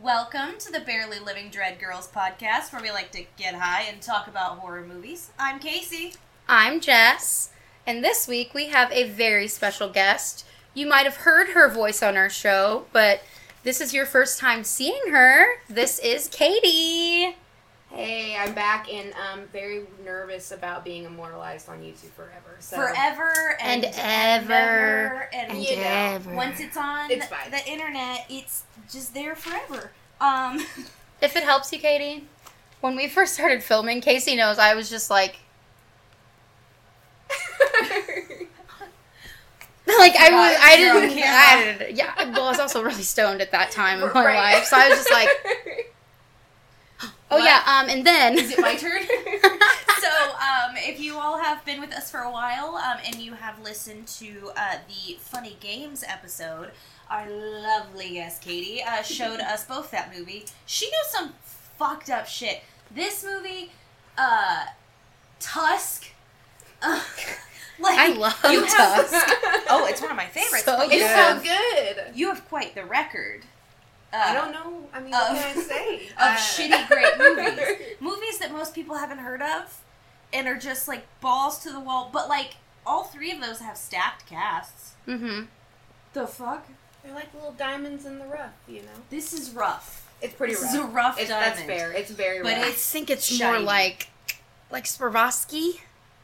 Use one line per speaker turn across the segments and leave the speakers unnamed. Welcome to the Barely Living Dread Girls podcast, where we like to get high and talk about horror movies. I'm Casey.
I'm Jess, and this week we have a very special guest. You might have heard her voice on our show, but this is your first time seeing her. This is Katie.
Hey, I'm back and I'm very nervous about being immortalized on YouTube forever. So
Forever and,
And ever
and,
and
you know,
ever.
Once it's on
It's fine.
the internet, it's just there forever. Um,
If it helps you, Katie, when we first started filming, Casey knows I was just like, like I was, I
You're on
didn't, I
camera.
didn't, yeah. Well, I was also really stoned at that time in my
Right.
life, so I was just like, oh
What?
yeah, um, and then
Is it my turn?
so um, if you all have been with us for a while um, and you have listened to uh, the funny games episode our lovely guest katie uh, showed us both that movie she knows some fucked up shit this movie uh, tusk uh, like
I love
you have-
Tusk.
oh it's Uh, one of my favorites
So
but you,
It's
Yeah.
so good.
you have quite the record uh,
I don't know. I mean, what
Of-
can I say? Uh,
of shitty great movies. movies that most people haven't heard of and are just like balls to the wall but like all three of those have stacked casts
Mm-hmm.
the fuck
They're like little diamonds in the rough, you know.
this is rough
It's pretty
this
rough.
is a rough
It's-
diamond
that's fair. It's very
But
I
rough.
it's
think it's
shiny.
more like like Swarovski.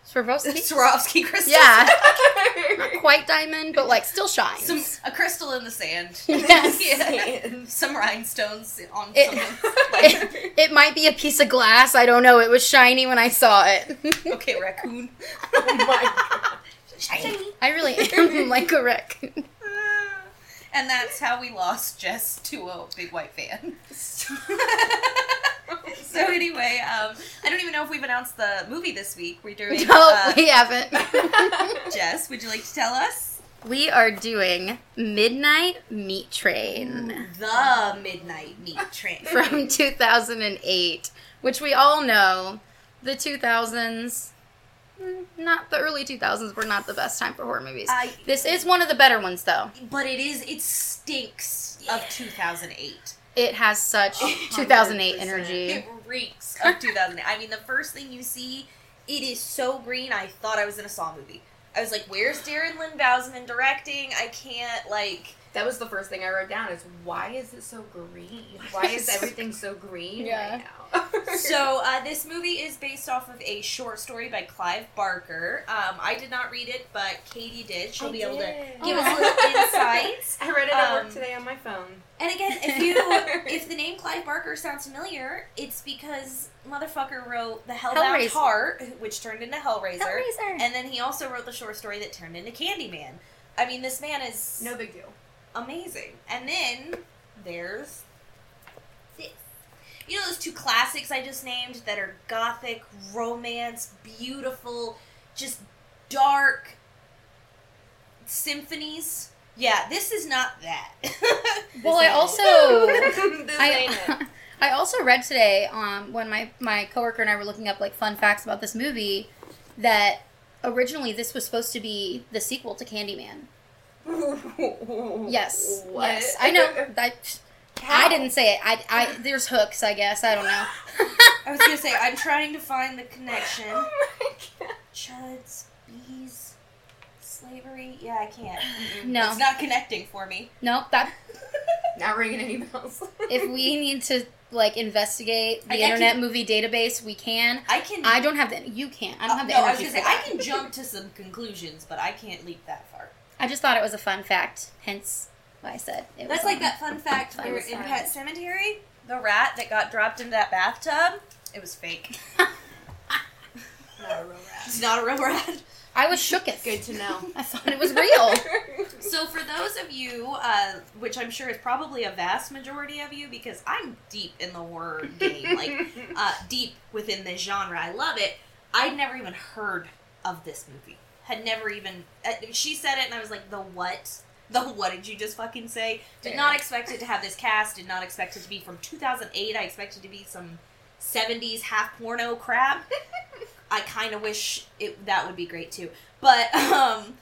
Swarovski?
Swarovski crystal
yeah. Not quite diamond, but like still shines.
some a crystal in the sand
yes.
Yeah. some rhinestones on
It-
someone's
It, it might be a piece of glass. I don't know. It was shiny when I saw it.
okay raccoon
oh my
Shiny.
I really am like a wreck.
and that's how we lost Jess to a big white fan
God.
So anyway, um, I don't even know if we've announced the movie this week. We're doing.
No,
uh,
we haven't.
Jess, would you like to tell us
We are doing Midnight Meat Train
the Midnight Meat Train?
from 2008, which we all know the 2000s, mm, not the early 2000s, were not the best time for horror movies.
I-
This is one of the better ones, though.
but it is. It stinks of 2008.
It has such 2008 energy.
It reeks of 2008. I mean, the first thing you see, it is so green. I thought I was in a Saw movie. I was like, "Where's Darren Lynn Bousman directing? I can't like."
That was the first thing I wrote down is why is it so green? Why is everything so green
Yeah.
right now?
So uh, this movie is based off of a short story by Clive Barker. Um, I did not read it, but Katie did. She'll
I
be able to
did.
give us little insights.
I read it at
Um,
work today on my phone.
And again, if you if the name Clive Barker sounds familiar, it's because motherfucker wrote The Hellbound
Hellraiser.
Heart, which turned into Hellraiser,
Hellraiser.
and then he also wrote the short story that turned into Candyman. I mean, this man is
No big deal.
amazing. And then there's this. You know those two classics I just named that are gothic, romance, beautiful, just dark symphonies? Yeah, this is not that.
Well, I
This
also
ain't it. this ain't it.
I, I also read today um, when my, my coworker and I were looking up like fun facts about this movie that originally this was supposed to be the sequel to Candyman. Yes,
What?
yes, I know. That, I didn't say it. I, I there's hooks, I guess. I don't know.
I was gonna say, I'm trying to find the connection.
Oh my god.
Chuds, bees, slavery. Yeah, I can't. Mm-mm.
No.
It's not connecting for me.
Nope. That
Not ringing any bells.
if we need to like investigate
I- I
the
can-
internet movie database, we can.
I can. uh,
I don't have the. You can't. I don't have the
Oh, no, I was
energy
gonna
for
say,
that.
I can jump to some conclusions, but I can't leap that far.
I just thought it was a fun fact, hence why I said it
That's
was
like
on-
that fun fact
Fun
where in
fact.
Pet Cemetery, the rat that got dropped into that bathtub, it was fake.
Not a real rat.
It's not a real rat.
I was shook it.
Good to know.
I thought it was real.
So for those of you, uh, which I'm sure is probably a vast majority of you, because I'm deep in the horror game, like uh, deep within the genre. I love it. I'd never even heard of this movie. Had never even. Uh, she said it, and I was like, "The what? The what did you just fucking say?" Did
Fair.
not expect it to have this cast. Did not expect it to be from 2008. I expected it to be some 70s half porno crap. I kind of wish it that would be great too. But um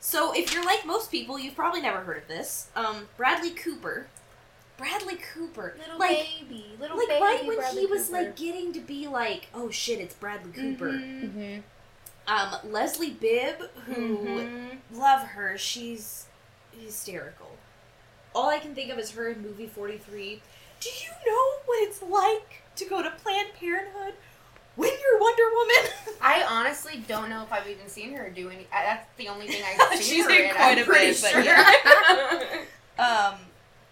so if you're like most people, you've probably never heard of this. Um Bradley Cooper Bradley Cooper.
Little
like,
baby, little
like
baby.
right when
Bradley
he was
Cooper.
like getting to be like, oh shit, it's Bradley Cooper.
Mhm.
Mm-hmm.
Um, Leslie Bibb, who
Mhm.
Mm-hmm.
love her, she's hysterical. All I can think of is her in movie forty three. Do you know what it's like to go to Planned Parenthood when you're Wonder Woman?
I honestly don't know if I've even seen her do any. I, that's the only thing I've seen
She's
her
in
in.
quite
I'm
a
pretty
bit, but
sure.
yeah. um,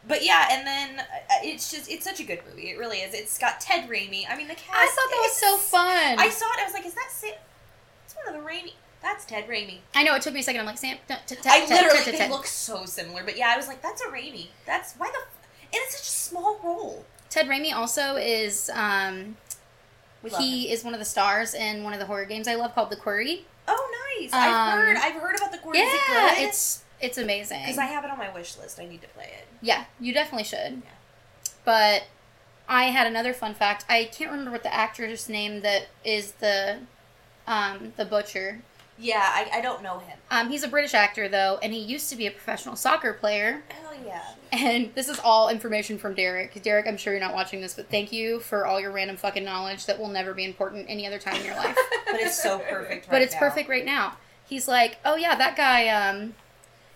but yeah, and then uh, it's just it's such a good movie. It really is. It's got Ted Raimi. I mean, the cast.
I thought that was
is-
so fun.
I
I,
saw it. I was like, is that Sam? It's one of the Raimi. That's Ted Raimi.
know it took me a second. I'm like Sam. t- t- t-
I
t-
literally,
t- t-
they
t-
look so similar. But yeah, I was like, that's a Raimi. That's why the. F-? And it's such a small role.
Ted Raimi also is um
We love him.
he is one of the stars in one of the horror games I love called The Quarry.
Oh, nice!
Um,
I've heard. I've heard about the Gordy.
yeah,
is it good?
it's it's amazing.
because I have it on my wish list. I need to play it.
Yeah, you definitely should. But I had another fun fact. I can't remember what the actress name that is the um, the butcher.
Yeah, I, I don't know him.
Um, he's a British actor though, and he used to be a professional soccer player.
Hell yeah!
And this is all information from Derek. Derek, I'm sure you're not watching this, but thank you for all your random fucking knowledge that will never be important any other time in your life.
But it's so perfect.
but
right
it's
now.
perfect right now. He's like, oh yeah, that guy um,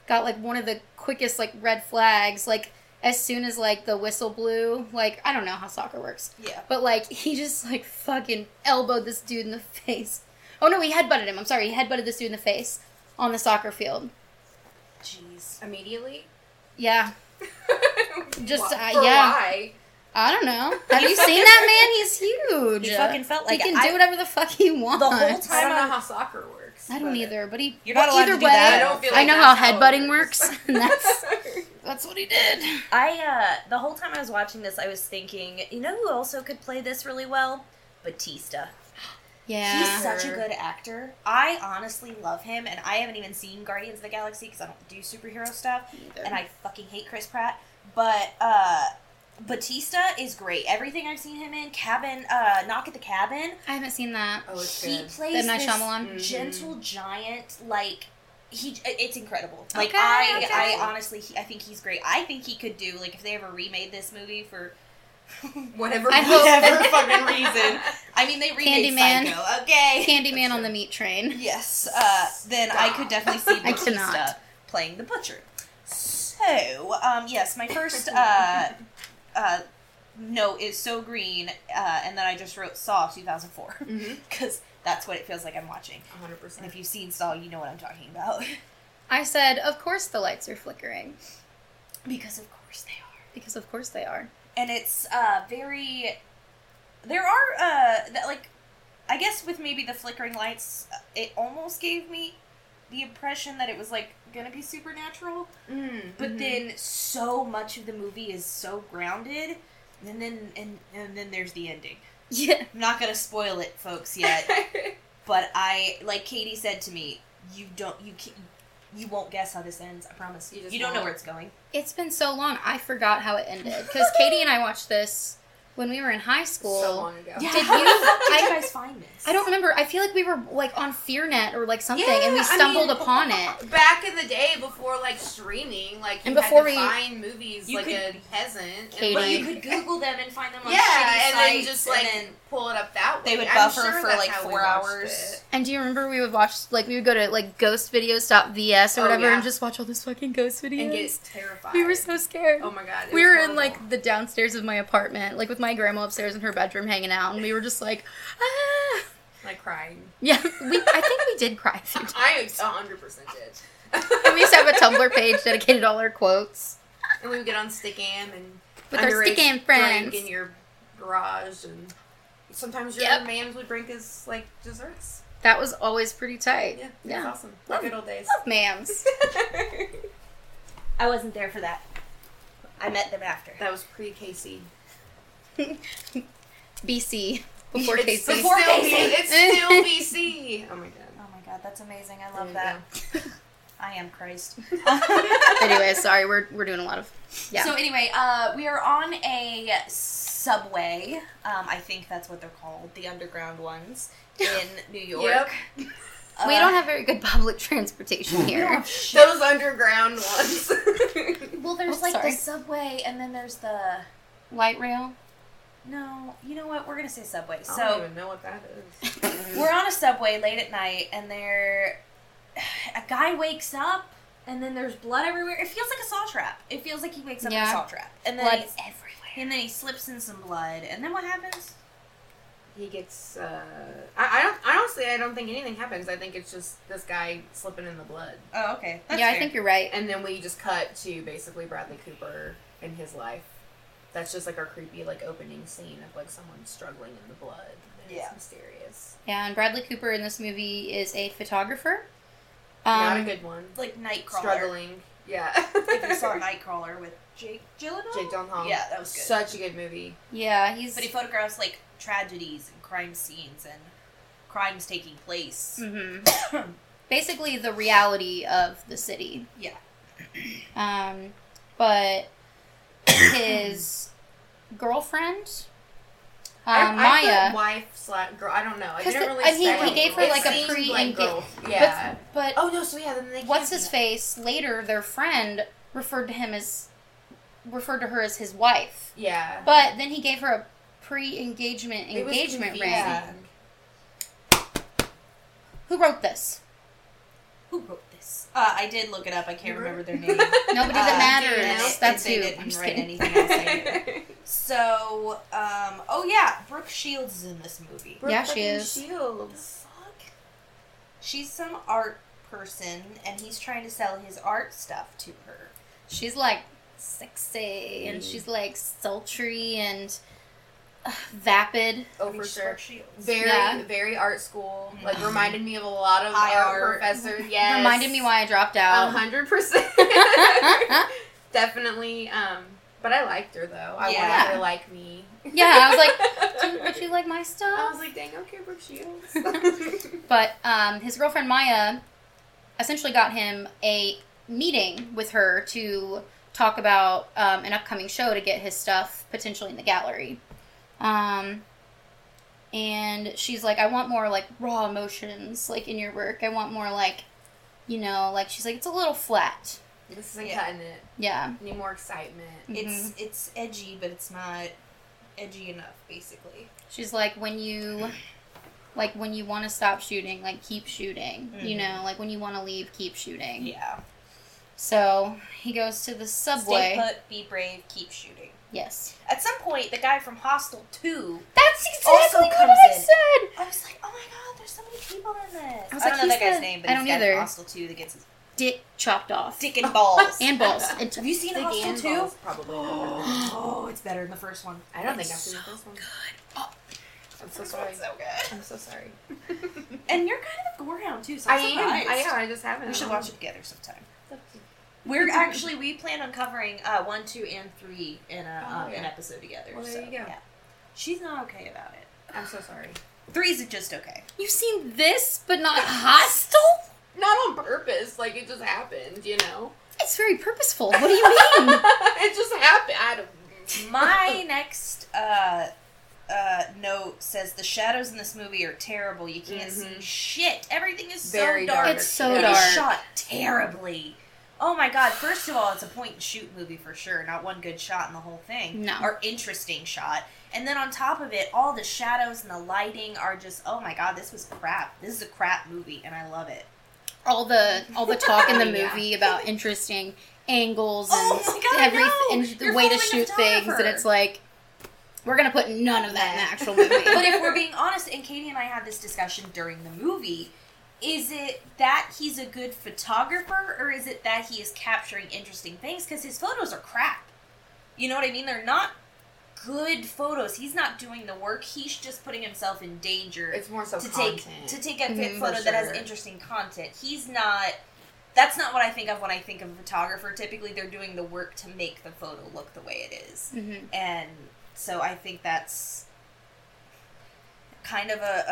got like one of the quickest like red flags. Like as soon as like the whistle blew, like I don't know how soccer works,
Yeah.
but like he just like fucking elbowed this dude in the face. Oh no, he headbutted him. I'm sorry, he headbutted this dude in the face on the soccer field.
Jeez.
Immediately.
Yeah, Just,
Why-
uh,
for
yeah.
Why?
I don't know. Have you seen that man? He's huge.
He fucking felt
he
like
can
I-
do whatever the fuck he wants.
whole time-
I don't
on-
know how soccer works.
I don't
but-
either, but he.
You're not
but
allowed
either
to do
way,
that.
I don't feel
I
like
know how
that's it
headbutting
works.
works, and that's that's what he did.
I uh, the whole time I was watching this, I was thinking, you know, who also could play this really well? Batista.
Yeah.
He's such a good actor. I honestly love him, and I haven't even seen Guardians of the Galaxy because I don't do superhero stuff. and I fucking hate Chris Pratt. But uh Batista is great. Everything I've seen him in, Cabin, uh, Knock at the Cabin,
I haven't seen that.
Oh, it's
he
good.
plays
The Night
this
Shyamalan.
Mhm.
gentle giant. Like he, it's incredible. Like
Okay,
I,
okay.
I honestly, he, I think he's great. I think he could do like if they ever remade this movie for.
Whatever.
I hope-
Whatever fucking reason. I mean, they remade
Candyman.
Psycho. Okay.
mm.
Candyman on the meat train.
Yes, uh, then I could definitely see
I
Batista
cannot.
playing the butcher. So, um, yes, my first uh, uh, note is so green, uh, and then I just wrote Saw 2004
Mhm.
because that's what it feels like I'm watching.
100%.
And if you've seen Saw, you know what I'm talking about
I said, of course the lights are flickering
because, of course, they are.
because of course they are.
and it's uh very there are uh that like i guess with maybe the flickering lights uh, it almost gave me the impression that it was like gonna be supernatural
Mm,
but
mhm.
then so much of the movie is so grounded and then and, and then there's the ending
Yeah.
i'm not gonna spoil it folks yet but i like katie said to me you don't you can't you won't guess how this ends i promise
You
you,
just
don't know
won't.
where it's going
It's been so long. I forgot how it ended because Katie and I watched this when we were in high school.
so long ago.
Did
how
you-
the fuck did you
I-
guys find this
I don't remember. I feel like we were like on FearNet or like something, and we
Yeah, I
stumbled
mean-
upon it.
Back in the day, before like streaming, like you
And
had
before
to
we-
find movies
You
like
could-
a peasant,
Katie.
But
and,
you
like,
could Google them and find them on shitty
yeah, and then
sites,
just like
and
pull it up that way.
They would
I'm
buffer
sure
for,
that's
like,
how we
four
watched
hours.
it.
And do you remember we would watch like we would go to like ghostvideos.vs or
Oh,
whatever
yeah.
and just watch all those fucking ghost videos.
and get terrified.
we were so scared.
oh my god, it
we
was
were in
horrible.
like the downstairs of my apartment, like with my grandma upstairs in her bedroom hanging out, and we were just like, ah.
like crying.
Yeah, we, I think we did cry. a few times.
I hundred percent did.
And we used to have a Tumblr page dedicated to all our quotes
and we would get on Stickam and
with our
underage
stick and
drink
friends.
in your garage, and sometimes your
Yep.
mams would bring us like desserts.
That was always pretty tight.
Yeah, yeah,
Yeah.
was awesome.
Love-
Good old days.
Mams.
I wasn't there for that. I met them after.
that was pre Casey.
BC. Before
it's
Casey.
before-
still
Casey.
B- it's still BC. Oh my god.
Oh my god, that's amazing. I
There
love
you
that. I am Christ.
anyway, sorry, we're, we're doing a lot of. Yeah.
So anyway, uh, we are on a subway. Um, I think that's what they're called, the underground ones in New York.
we
Uh,
don't have very good public transportation here.
Those underground ones.
Well, there's
Oh,
like
sorry.
the subway, and then there's the.
Light rail.
No, you know what? We're gonna say subway.
I don't
So
even know what that is.
we're on a subway late at night, and there, a guy wakes up, and then there's blood everywhere. It feels like a saw trap. It feels like he wakes up in
Yeah.
a saw trap, and then
Blood
he's-
everywhere.
and then he slips in some blood, and then what happens?
He gets. Uh, I, I don't. I honestly, I don't think anything happens. I think it's just this guy slipping in the blood,
Oh, okay. That's
yeah, I
fair.
think you're right.
and then we just cut to basically Bradley Cooper and his life. That's just like our creepy like opening scene of like someone struggling in the blood. And
Yeah.
It's mysterious.
Yeah, and Bradley Cooper in this movie is a photographer.
Not a
Um,
good one.
like Nightcrawler.
Struggling. Yeah.
If you saw Nightcrawler with Jake Gyllenhaal.
Jake Gyllenhaal.
Yeah, that was good.
Such a good movie.
yeah, he's.
But he photographs like tragedies and crime scenes and crimes taking place.
Mm.
Mhm. Basically, the reality of the city.
Yeah.
Um, but his girlfriend, uh,
I, I put
Maya.
wife slash girl. I don't know. I
'Cause
didn't
the-
really.
and he-
say.
he gave her,
It
like, a
seemed
pre-
like
and
girl. Yeah.
but
Oh no! So yeah, then they.
what's
can't
his
be-
face later? Their friend referred to him as referred to her as his wife.
Yeah.
But then he gave her a pre-engagement
It was
engagement ring.
confusing.
Who wrote this?
Who wrote this? Uh, I did look it up. I can't
You
remember
wrote-
their name.
Nobody
Uh,
that
didn't-
matters.
if
That's
they
who.
didn't
I'm just
write
kidding.
anything else. I knew. So, um, oh yeah, Brooke Shields is in this movie.
Brooke
Yeah, she
fucking
is.
the
Shields.
fuck? She's some art person, and he's trying to sell his art stuff to her.
She's like sexy and she's like sultry and uh, vapid.
Oh,
I mean,
for
she's
sure.
Brooke Shields.
Very,
Yeah.
very art school. Like
Mhm.
reminded me of a lot of
High
Mm-hmm. art,
art.
professors. Yes.
Reminded me why I dropped
A
out.
hundred percent. Uh-huh. Definitely. Um. But I liked her though. I wanted
Yeah.
her to like me.
Yeah, I was like, "Dude, would you like my
I
stuff?
was like, dang, okay, Brooke Shields.
But um, his girlfriend Maya essentially got him a meeting with her to talk about um, an upcoming show to get his stuff potentially in the gallery. Um, and she's like, I want more like raw emotions like in your work. I want more like, you know, like she's like it's a little flat.
This isn't
Yeah.
cutting it.
Yeah. mm-hmm.
Need more excitement.
It's
mm-hmm.
it's edgy, but it's not edgy enough. Basically,
She's like, when you, like, when you want to stop shooting, like, keep shooting.
Mhm.
You know, like, when you want to leave, keep shooting.
yeah.
So he goes to the subway.
Stay put, be brave, keep shooting.
Yes.
At some point, the guy from Hostel Two
That's
Also
exactly what
comes
I
in.
said.
I was like, oh my god, there's so many people in this.
I
I,
was
don't
like,
know that
he's
guy's
the-
name, but
I
he's
don't
the guy
either.
from Hostel 2 that gets his
Dick chopped off.
dick and balls.
And balls. And
Have you seen
Dick
Hostel
and
2?
balls, probably.
oh, it's better than the first one.
I don't think
It's
I've seen the first one.
Oh.
I'm
so
so sorry.
so good.
I'm so sorry.
And you're kind of a gorehound too, so
I
I'm
am.
surprised.
I am. I just haven't.
We should watch it together sometime. We're actually we plan on covering uh, one, two, and three in a,
Oh,
um, an
yeah.
episode together.
Well, there
so,
you go.
Yeah. She's not okay about it.
I'm so sorry.
Three's just okay.
You've seen this, but not hostile?
Not on purpose. Like it just happened. You know.
It's very purposeful. What do you mean?
it just happened. I don't.
My next uh, uh, note says the shadows in this movie are terrible. You can't see
Mhm.
shit. Everything is so
Very
dark.
dark.
It's so
It is
Mm-hmm. dark.
shot terribly. Oh my god! First of all, it's a point and shoot movie for sure. Not one good shot in the whole thing,
No.
or interesting shot. And then on top of it, all the shadows and the lighting are just oh my god! This was crap. This is a crap movie, and I love it.
all the all the talk in the
Yeah.
movie about interesting angles and
Oh my God,
every
no!
and the
You're
way to
following a
shoot things, and
photographer.
it's like we're gonna put none of that in the actual movie.
but if we're being honest, and Katie and I had this discussion during the movie, is it that he's a good photographer or is it that he is capturing interesting things? Because his photos are crap. You know what I mean? They're not good photos. He's not doing the work. He's just putting himself in danger
It's more so
to
content. Mm-hmm,
take to take a fit
Mhm.
photo
For
that
sure.
has interesting content. He's not. That's not what I think of when I think of a photographer. Typically, they're doing the work to make the photo look the way it is
Mhm.
and so I think that's kind of a,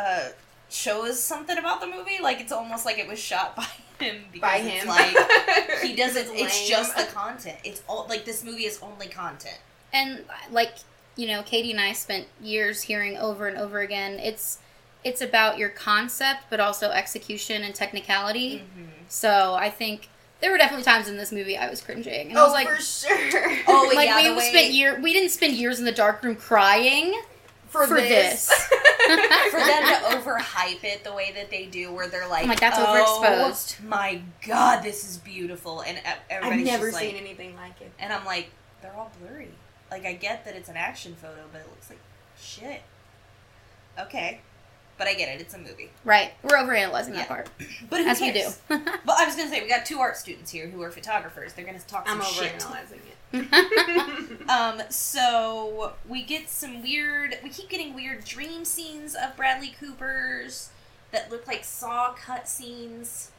a shows something about the movie. Like it's almost like it was shot by him because
by
it's
him.
like he doesn't.
It's
It's just the
lame.
content. It's all like this movie is only content.
and like you know katie and i spent years hearing over and over again it's it's about your concept, but also execution and technicality.
Mhm.
So I think there were definitely times in this movie I was cringing. And I
oh,
was like,
for sure.
Oh,
like
yeah, the
we
way-
spent year we didn't spend years in the dark room crying. for this.
for them to overhype it the way that they do, where they're like,
I'm like, "That's
oh,
overexposed."
My God, this is beautiful, and e- everybody's
I've never
just
seen
like,
anything like it.
and I'm like, they're all blurry. Like, I get that it's an action photo, but it looks like shit. Okay, but I get it. It's a movie.
Right. We're overanalyzing
Yeah.
that part.
But who
As we
cares?
do.
But I was gonna say we got two art students here who are photographers. They're gonna talk some
I'm
shit.
overanalyzing it.
Um, so we get some weird. We keep getting weird dream scenes of Bradley Cooper's that look like saw cut scenes,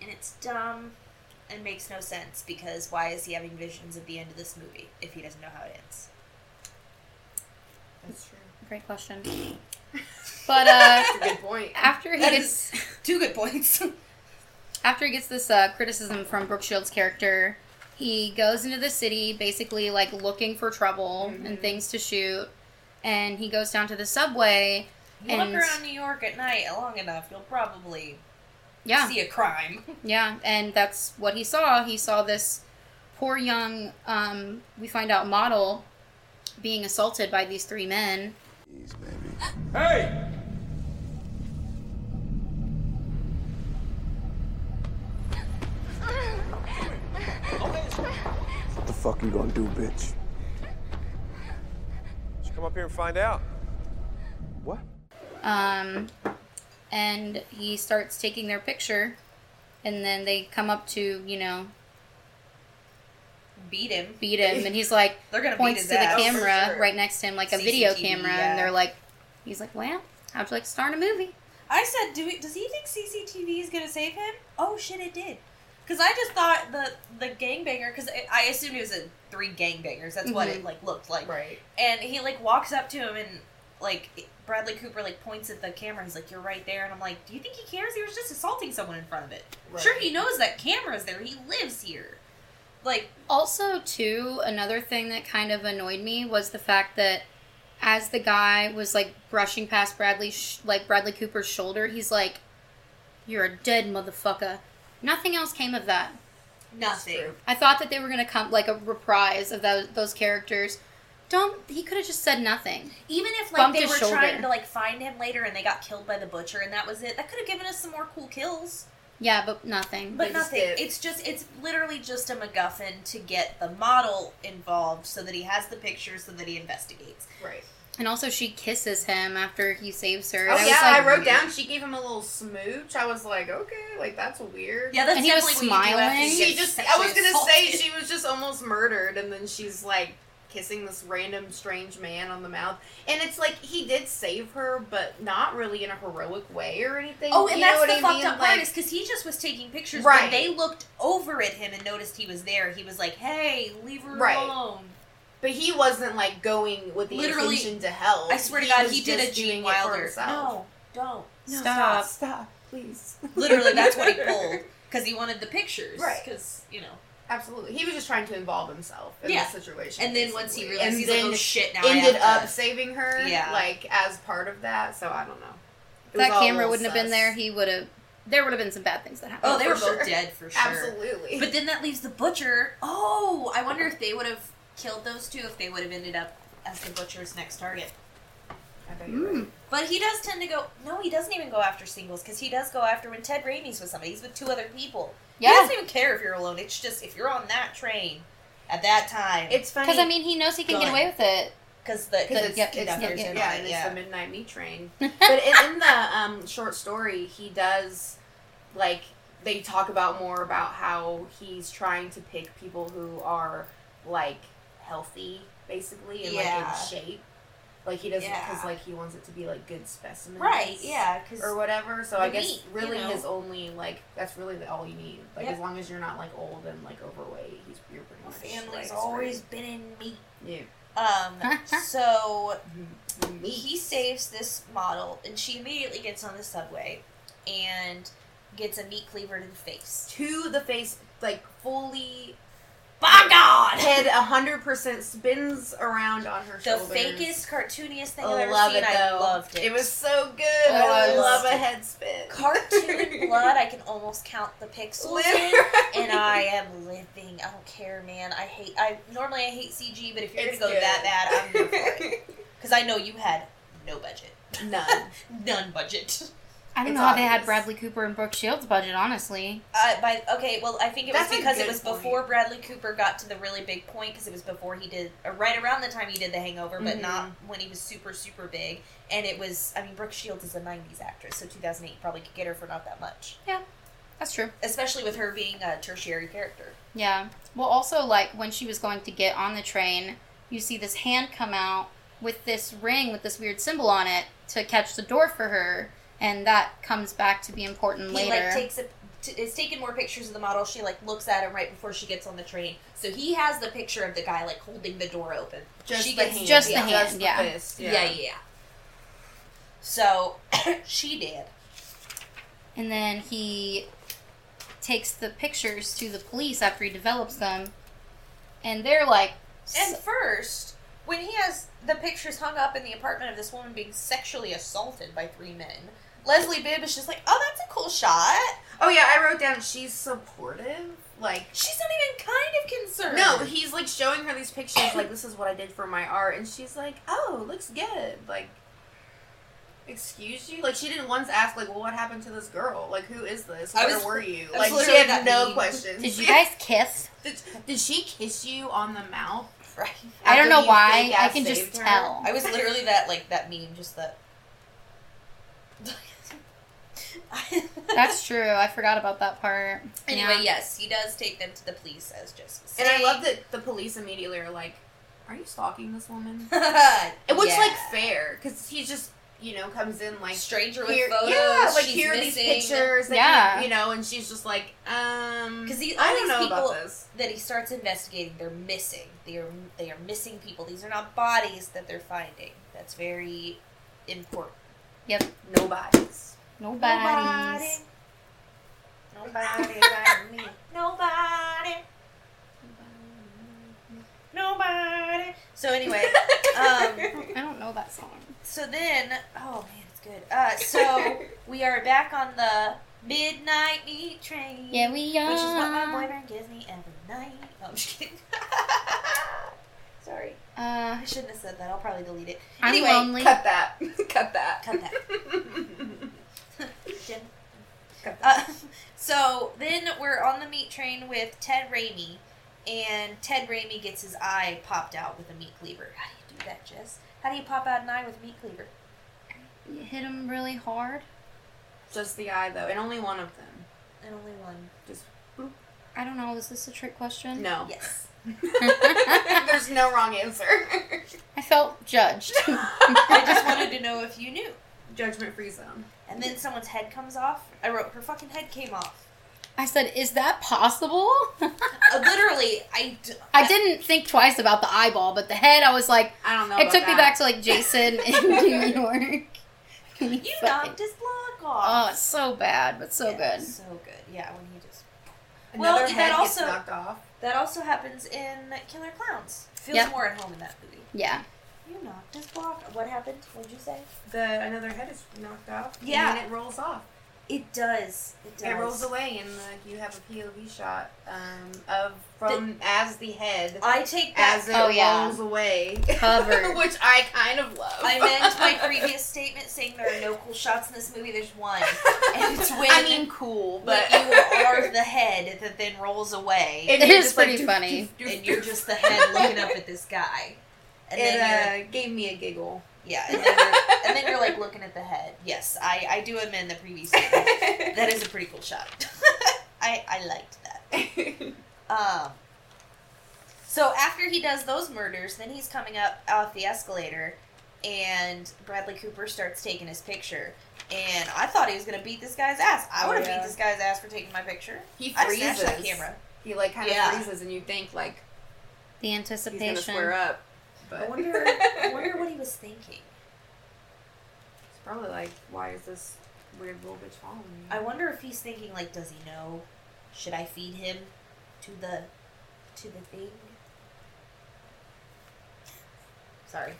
and it's dumb and makes no sense because why is he having visions of the end of this movie if he doesn't know how it ends?
That's true.
Great question. But uh
That's a good point.
after he
That
gets
Two good points.
after he gets this uh, criticism from Brooke Shields' character, he goes into the city basically like looking for trouble and things to shoot. And he goes down to the subway.
You
And-
look around New York at night long enough, you'll probably
Yeah.
see a crime.
Yeah, and that's what he saw. He saw this poor young, um, we find out, model being assaulted by these three men.
Jeez, baby.
Hey!
What the fuck you gonna do, bitch?
Just come up here and find out.
What?
Um, and he starts taking their picture, and then they come up to, you know,
Beat him.
beat him, and he's like,
They're gonna
points
beat
to
his
the
ass.
camera
Oh, sure.
right next to him, like a video
CCTV,
camera,
yeah.
and they're like, he's like, well, how'd you like to star in a movie?
I said, do we, does he think CCTV is gonna save him? Oh shit, it did. Because I just thought the the gangbanger, because I assumed it was a three gangbangers. That's what
Mm-hmm.
it like looked like.
right.
And he like walks up to him and like Bradley Cooper like points at the camera. He's like, "You're right there." And I'm like, "Do you think he cares? He was just assaulting someone in front of it.
Right.
Sure, he knows that camera's there. He lives here. Like,
Also, too, another thing that kind of annoyed me was the fact that as the guy was like brushing past Bradley, sh- like Bradley Cooper's shoulder, he's like, "You're a dead motherfucker." Nothing else came of that.
nothing.
true.
I thought that they were gonna come like a reprise of those those characters. Don't he could have just said nothing.
Even if like
Bumped
they
his
were
shoulder.
trying to like find him later and they got killed by the butcher and that was it. That could have given us some more cool kills.
Yeah, but nothing.
But
They just
nothing.
did.
It's just it's literally just a MacGuffin to get the model involved so that he has the picture so that he investigates.
Right.
and also, she kisses him after he saves her. and
Oh
I was
yeah,
like-
I wrote down. She gave him a little smooch. I was like, okay, like that's weird.
Yeah, that's
And he was
definitely what you do after
smiling.
you
She
get
just. I
sexually
was gonna
assaulted.
say she was just almost murdered, and then she's like kissing this random strange man on the mouth, and it's like he did save her, but not really in a heroic way or anything.
Oh, and
You know
that's
what
the
I
fucked
mean?
up part
Like,
is because he just was taking pictures. When
Right.
they looked over at him and noticed he was there, he was like, "Hey, leave her
Right.
alone."
But he wasn't like going with the
Literally-
intention to help.
I swear to God,
was
he did
just
a Gene
doing it for
Wilder.
himself.
No, don't.
No, stop.
Stop, please.
Literally, that's what he pulled because he wanted the pictures.
Right.
Because you know.
Absolutely, he was just trying to involve himself in
Yeah.
the situation.
And then once he
basically.
realized,
And
he's like,
then
"Oh shit!" Now
ended
I have
up
to-
saving her,
Yeah.
like as part of that. So I don't know. It
If
was
that
all a
camera
little
wouldn't have been
sus.
there, he would have. There would have been some bad things that happened.
Oh, they
for
were
sure.
both dead for sure.
Absolutely,
But then that leaves the butcher. Oh, I wonder if they would have killed those two if they would have ended up as the butcher's next target.
I bet you're right.
But he does tend to go. No, he doesn't even go after singles because he does go after when Ted Raimi's with somebody. He's with two other people.
Yeah.
He doesn't even care if you're alone. It's just if you're on that train at that time.
It's funny
Because I mean, he knows he can
Going.
get away with it.
because the,
Because
the
it's- yep, it's-
conductors
yep,
and
yeah,
all
and
that,
it's
yeah.
the midnight meat train. but in, in the um, short story, he does like they talk about more about how he's trying to pick people who are like healthy, basically, and
Yeah.
like in shape. Like he doesn't because
Yeah.
like he wants it to be like good specimens,
right. Yeah, because
Or whatever. So
The
I guess
meat, you
really
know.
his only like that's really the, all you need. Like
Yeah.
as long as you're not like old and like overweight, he's you're pretty much like,
family's
straight.
always been in meat.
yeah. Mm-hmm.
Um, so
Meat.
he saves this model and she immediately gets on the subway and gets a meat cleaver to the face
to the face, like fully
by god
head hundred percent spins around on her
The
shoulders.
fakest, cartooniest thing I've
I
ever
love
seen.
it
I
though.
loved it.
It was so good.
I
I
loved
love a
it.
head spin.
cartoon blood. I can almost count the pixels in. And I am living. I don't care, man. I hate. I normally I hate CG, but if you're
It's
gonna go
good.
that bad, I'm here for it. Because I know you had no budget,
None.
none budget.
I don't
It's
know how they had
obvious.
Bradley Cooper and Brooke Shields' budget, honestly.
Uh, by okay, well, I think it
That's a
was because it
good
was
point.
before Bradley Cooper got to the really big point. Because it was before he did, or right around the time he did The Hangover, but
Mhm.
not when he was super super big. And it was, I mean, Brooke Shields is a '90s actress, so 2008 probably could get her for not that much,
That's true.
especially with her being a tertiary character.
Yeah. Well, also, like, when she was going to get on the train, you see this hand come out with this ring with this weird symbol on it to catch the door for her, and that comes back to be important
He
later.
like takes a t- is taking more pictures of the model. She like looks at him right before she gets on the train. So he has the picture of the guy like holding the door open. She gets-
just the
yeah.
hand,
the
yeah.
fist,
Yeah, yeah. yeah. So she did.
and then he takes the pictures to the police after he develops them, and they're like,
And first, when he has the pictures hung up in the apartment of this woman being sexually assaulted by three men, Leslie Bibb is just like, "Oh, that's a cool shot."
Oh yeah, I wrote down she's supportive. Like
She's not even kind of concerned.
no, he's like showing her these pictures. Like this is what I did for my art, and she's like, "Oh, looks good." Like, excuse you? Like she didn't once ask like, "Well, what happened to this girl? Like, who is this?
I
Where
was-
were you?"
I was
Like she
literally
had
that
no
mean.
questions.
"Did you guys kiss?"
did, did she kiss you on the mouth?
Right.
I don't
after
know
you
why.
fake
I
ass
can just
saved her?
tell.
I was literally that like that meme, just that.
That's true. I forgot about that part.
Anyway,
Yeah.
yes, he does take them to the police, as Jess was
And I
saying.
love that the police immediately are like, "Are you stalking this woman?"
that.
It was like fair because he just you know comes in like
stranger with
here,
photos.
yeah, like
she's
here are these
missing.
pictures,
Yeah.
yeah, you know, and she's just like, um,
'Cause the-
I
all
don't
these
know about
people-
this.
That he starts investigating. They're missing. They are they are missing people. These are not bodies that they're finding. That's very important.
Nobody's.
Nobody's.
Nobody like me. Nobody. Nobody. So anyway, um,
I don't know that song.
so then, oh man, it's good. Uh, so we are back on the midnight meat train.
Yeah, we uh, are.
Which is what my boyfriend gives me every night. No, I'm just kidding. Sorry.
Uh,
I shouldn't have said that. I'll probably delete it.
I'm
Anyway,
lonely.
Cut that. Cut that.
Cut that. Jen.
Cut that.
Uh, so then we're on the meat train with Ted Raimi, and Ted Raimi gets his eye popped out with a meat cleaver. How do you do that, Jess? How do you pop out an eye with a meat cleaver?
You hit him really hard.
just the eye though, and only one of them.
And only one.
I don't know. Is this a trick question?
No.
Yes.
There's no wrong answer.
I felt judged.
I just wanted to know if you knew.
Judgment free zone.
And then someone's head comes off. I wrote her fucking head came off.
I said, "Is that possible?"
Uh, literally, I. D-
I didn't think twice about the eyeball, but the head, I was like,
I don't know.
it
about
took me
that.
back to like Jason in New York.
You knocked his block off.
Oh, it's so bad, but so
Yeah,
good.
So good. Yeah, when he just Well,
Another
that
head gets
also-
knocked off.
that also happens in Killer Clowns. Feels
Yeah.
more at home in that movie.
Yeah.
You knocked his block. What happened? What'd you say?
The another head is knocked off.
Yeah.
And then it rolls off.
It does. It does.
It rolls away, and like you have a POV shot um, of from as the head
I take that.
as it
Oh, yeah.
rolls away,
Covered.
which I kind of love.
I meant my previous statement saying there are no cool shots in this movie. There's one. And it's when
I mean, cool,
But
but
you are the head that then rolls away,
And
It
you're
is
just
pretty
doof,
funny.
doof, doof,
and you're
doof.
just the head looking up at this guy. And
it
then you're
uh, gave me a giggle.
Yeah, and then, you're, and then you're like looking at the head. Yes, I, I do amend the previous statement. That is a pretty cool shot. I, I liked that. Um, so after he does those murders, then he's coming up off the escalator, and Bradley Cooper starts taking his picture. And I thought he was gonna beat this guy's ass. I
Oh,
would have
yeah.
beat this guy's ass for taking my picture.
he
I snatched
freezes.
that camera.
He like kind of
Yeah.
freezes, and you think like
The
he's gonna
anticipation.
square up. But
I wonder, I wonder what he was thinking.
It's probably like, why is this weird little bitch following me?
I wonder if he's thinking like, does he know? Should I feed him to the to the thing?
Sorry.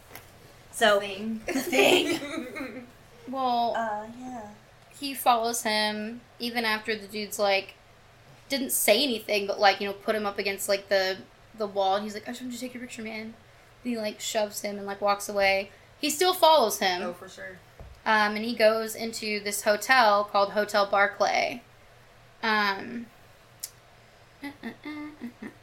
So
Thing.
the thing.
Well,
Uh, yeah.
he follows him even after the dude's like didn't say anything, but like you know put him up against like the the wall, and he's like, "I just wanted to take your picture, man." And he like shoves him and like walks away. He still follows him,
oh, for sure.
um, and he goes into this hotel called Hotel Barclay. Um,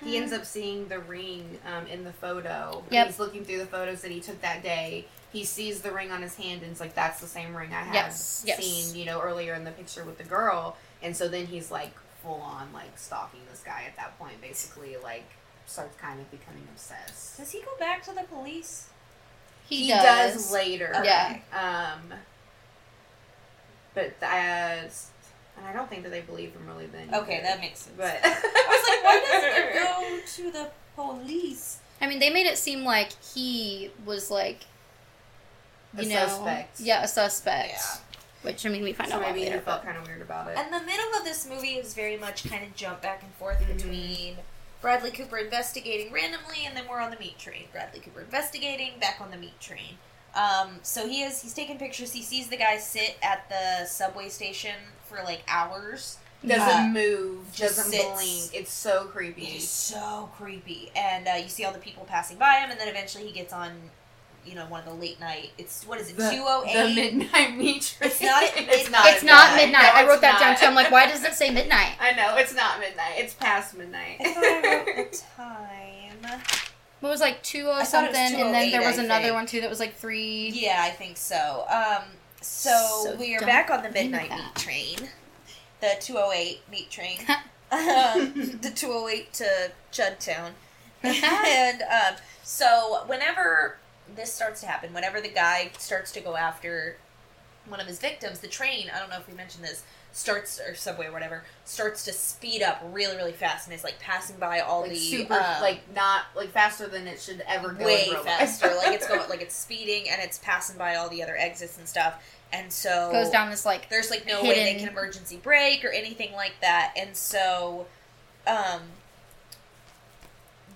He ends up seeing the ring um, in the photo.
Yep.
He's looking through the photos that he took that day. He sees the ring on his hand and it's like, that's the same ring I had
Yes, yes.
seen, you know, earlier in the picture with the girl. And so then he's like full on like stalking this guy at that point, basically like starts kind of becoming obsessed.
Does he go back to the police?
he,
He
does.
does, later.
Yeah.
Um, but uh, and I don't think that they believe him really then.
Okay,
either.
that makes sense.
But
I was like, why doesn't it go to the police?
I mean, they made it seem like he was like,
A
you know,
suspect.
yeah, a suspect.
Yeah.
Which I mean, we find
So
out
maybe he
later.
felt kind of weird about it.
And the middle of this movie is very much kind of jump back and forth
Mm-hmm.
between Bradley Cooper investigating randomly, and then we're on the meat train. Bradley Cooper investigating, back on the meat train. Um, so he is he's taking pictures. He sees the guy sit at the subway station for like hours.
doesn't
Yeah.
move,
Just
doesn't
sits.
blink. It's so creepy.
He's so creepy, and uh, you see all the people passing by him, and then eventually he gets on, you know, one of the late night. It's what is it? Two oh
The
eight.
midnight meat train.
It's not at midnight.
it's not midnight.
No,
I
it's
wrote that down
not.
too. I'm like, why does it say midnight?
I know it's not midnight. It's past midnight.
I thought I wrote the time.
It was like two oh
I thought it
something,
was
and then there
208,
was
I
another
think.
one too that was like three.
Yeah, I think so. Um, so,
So
we are
don't
back on the
think
midnight
that.
meat train, the 208 meat train, um, the 208 to Chudtown, and um, so whenever this starts to happen, whenever the guy starts to go after one of his victims, the train. I don't know if we mentioned this. Starts or subway or whatever starts to speed up really really fast and is like passing by all
like
the
super,
um,
like not like faster than it should ever go. in
way
real life.
faster. like it's going, like it's speeding and it's passing by all the other exits and stuff. And so
goes down this like
There's like no way they
hidden-
can emergency brake or anything like that. And so, um,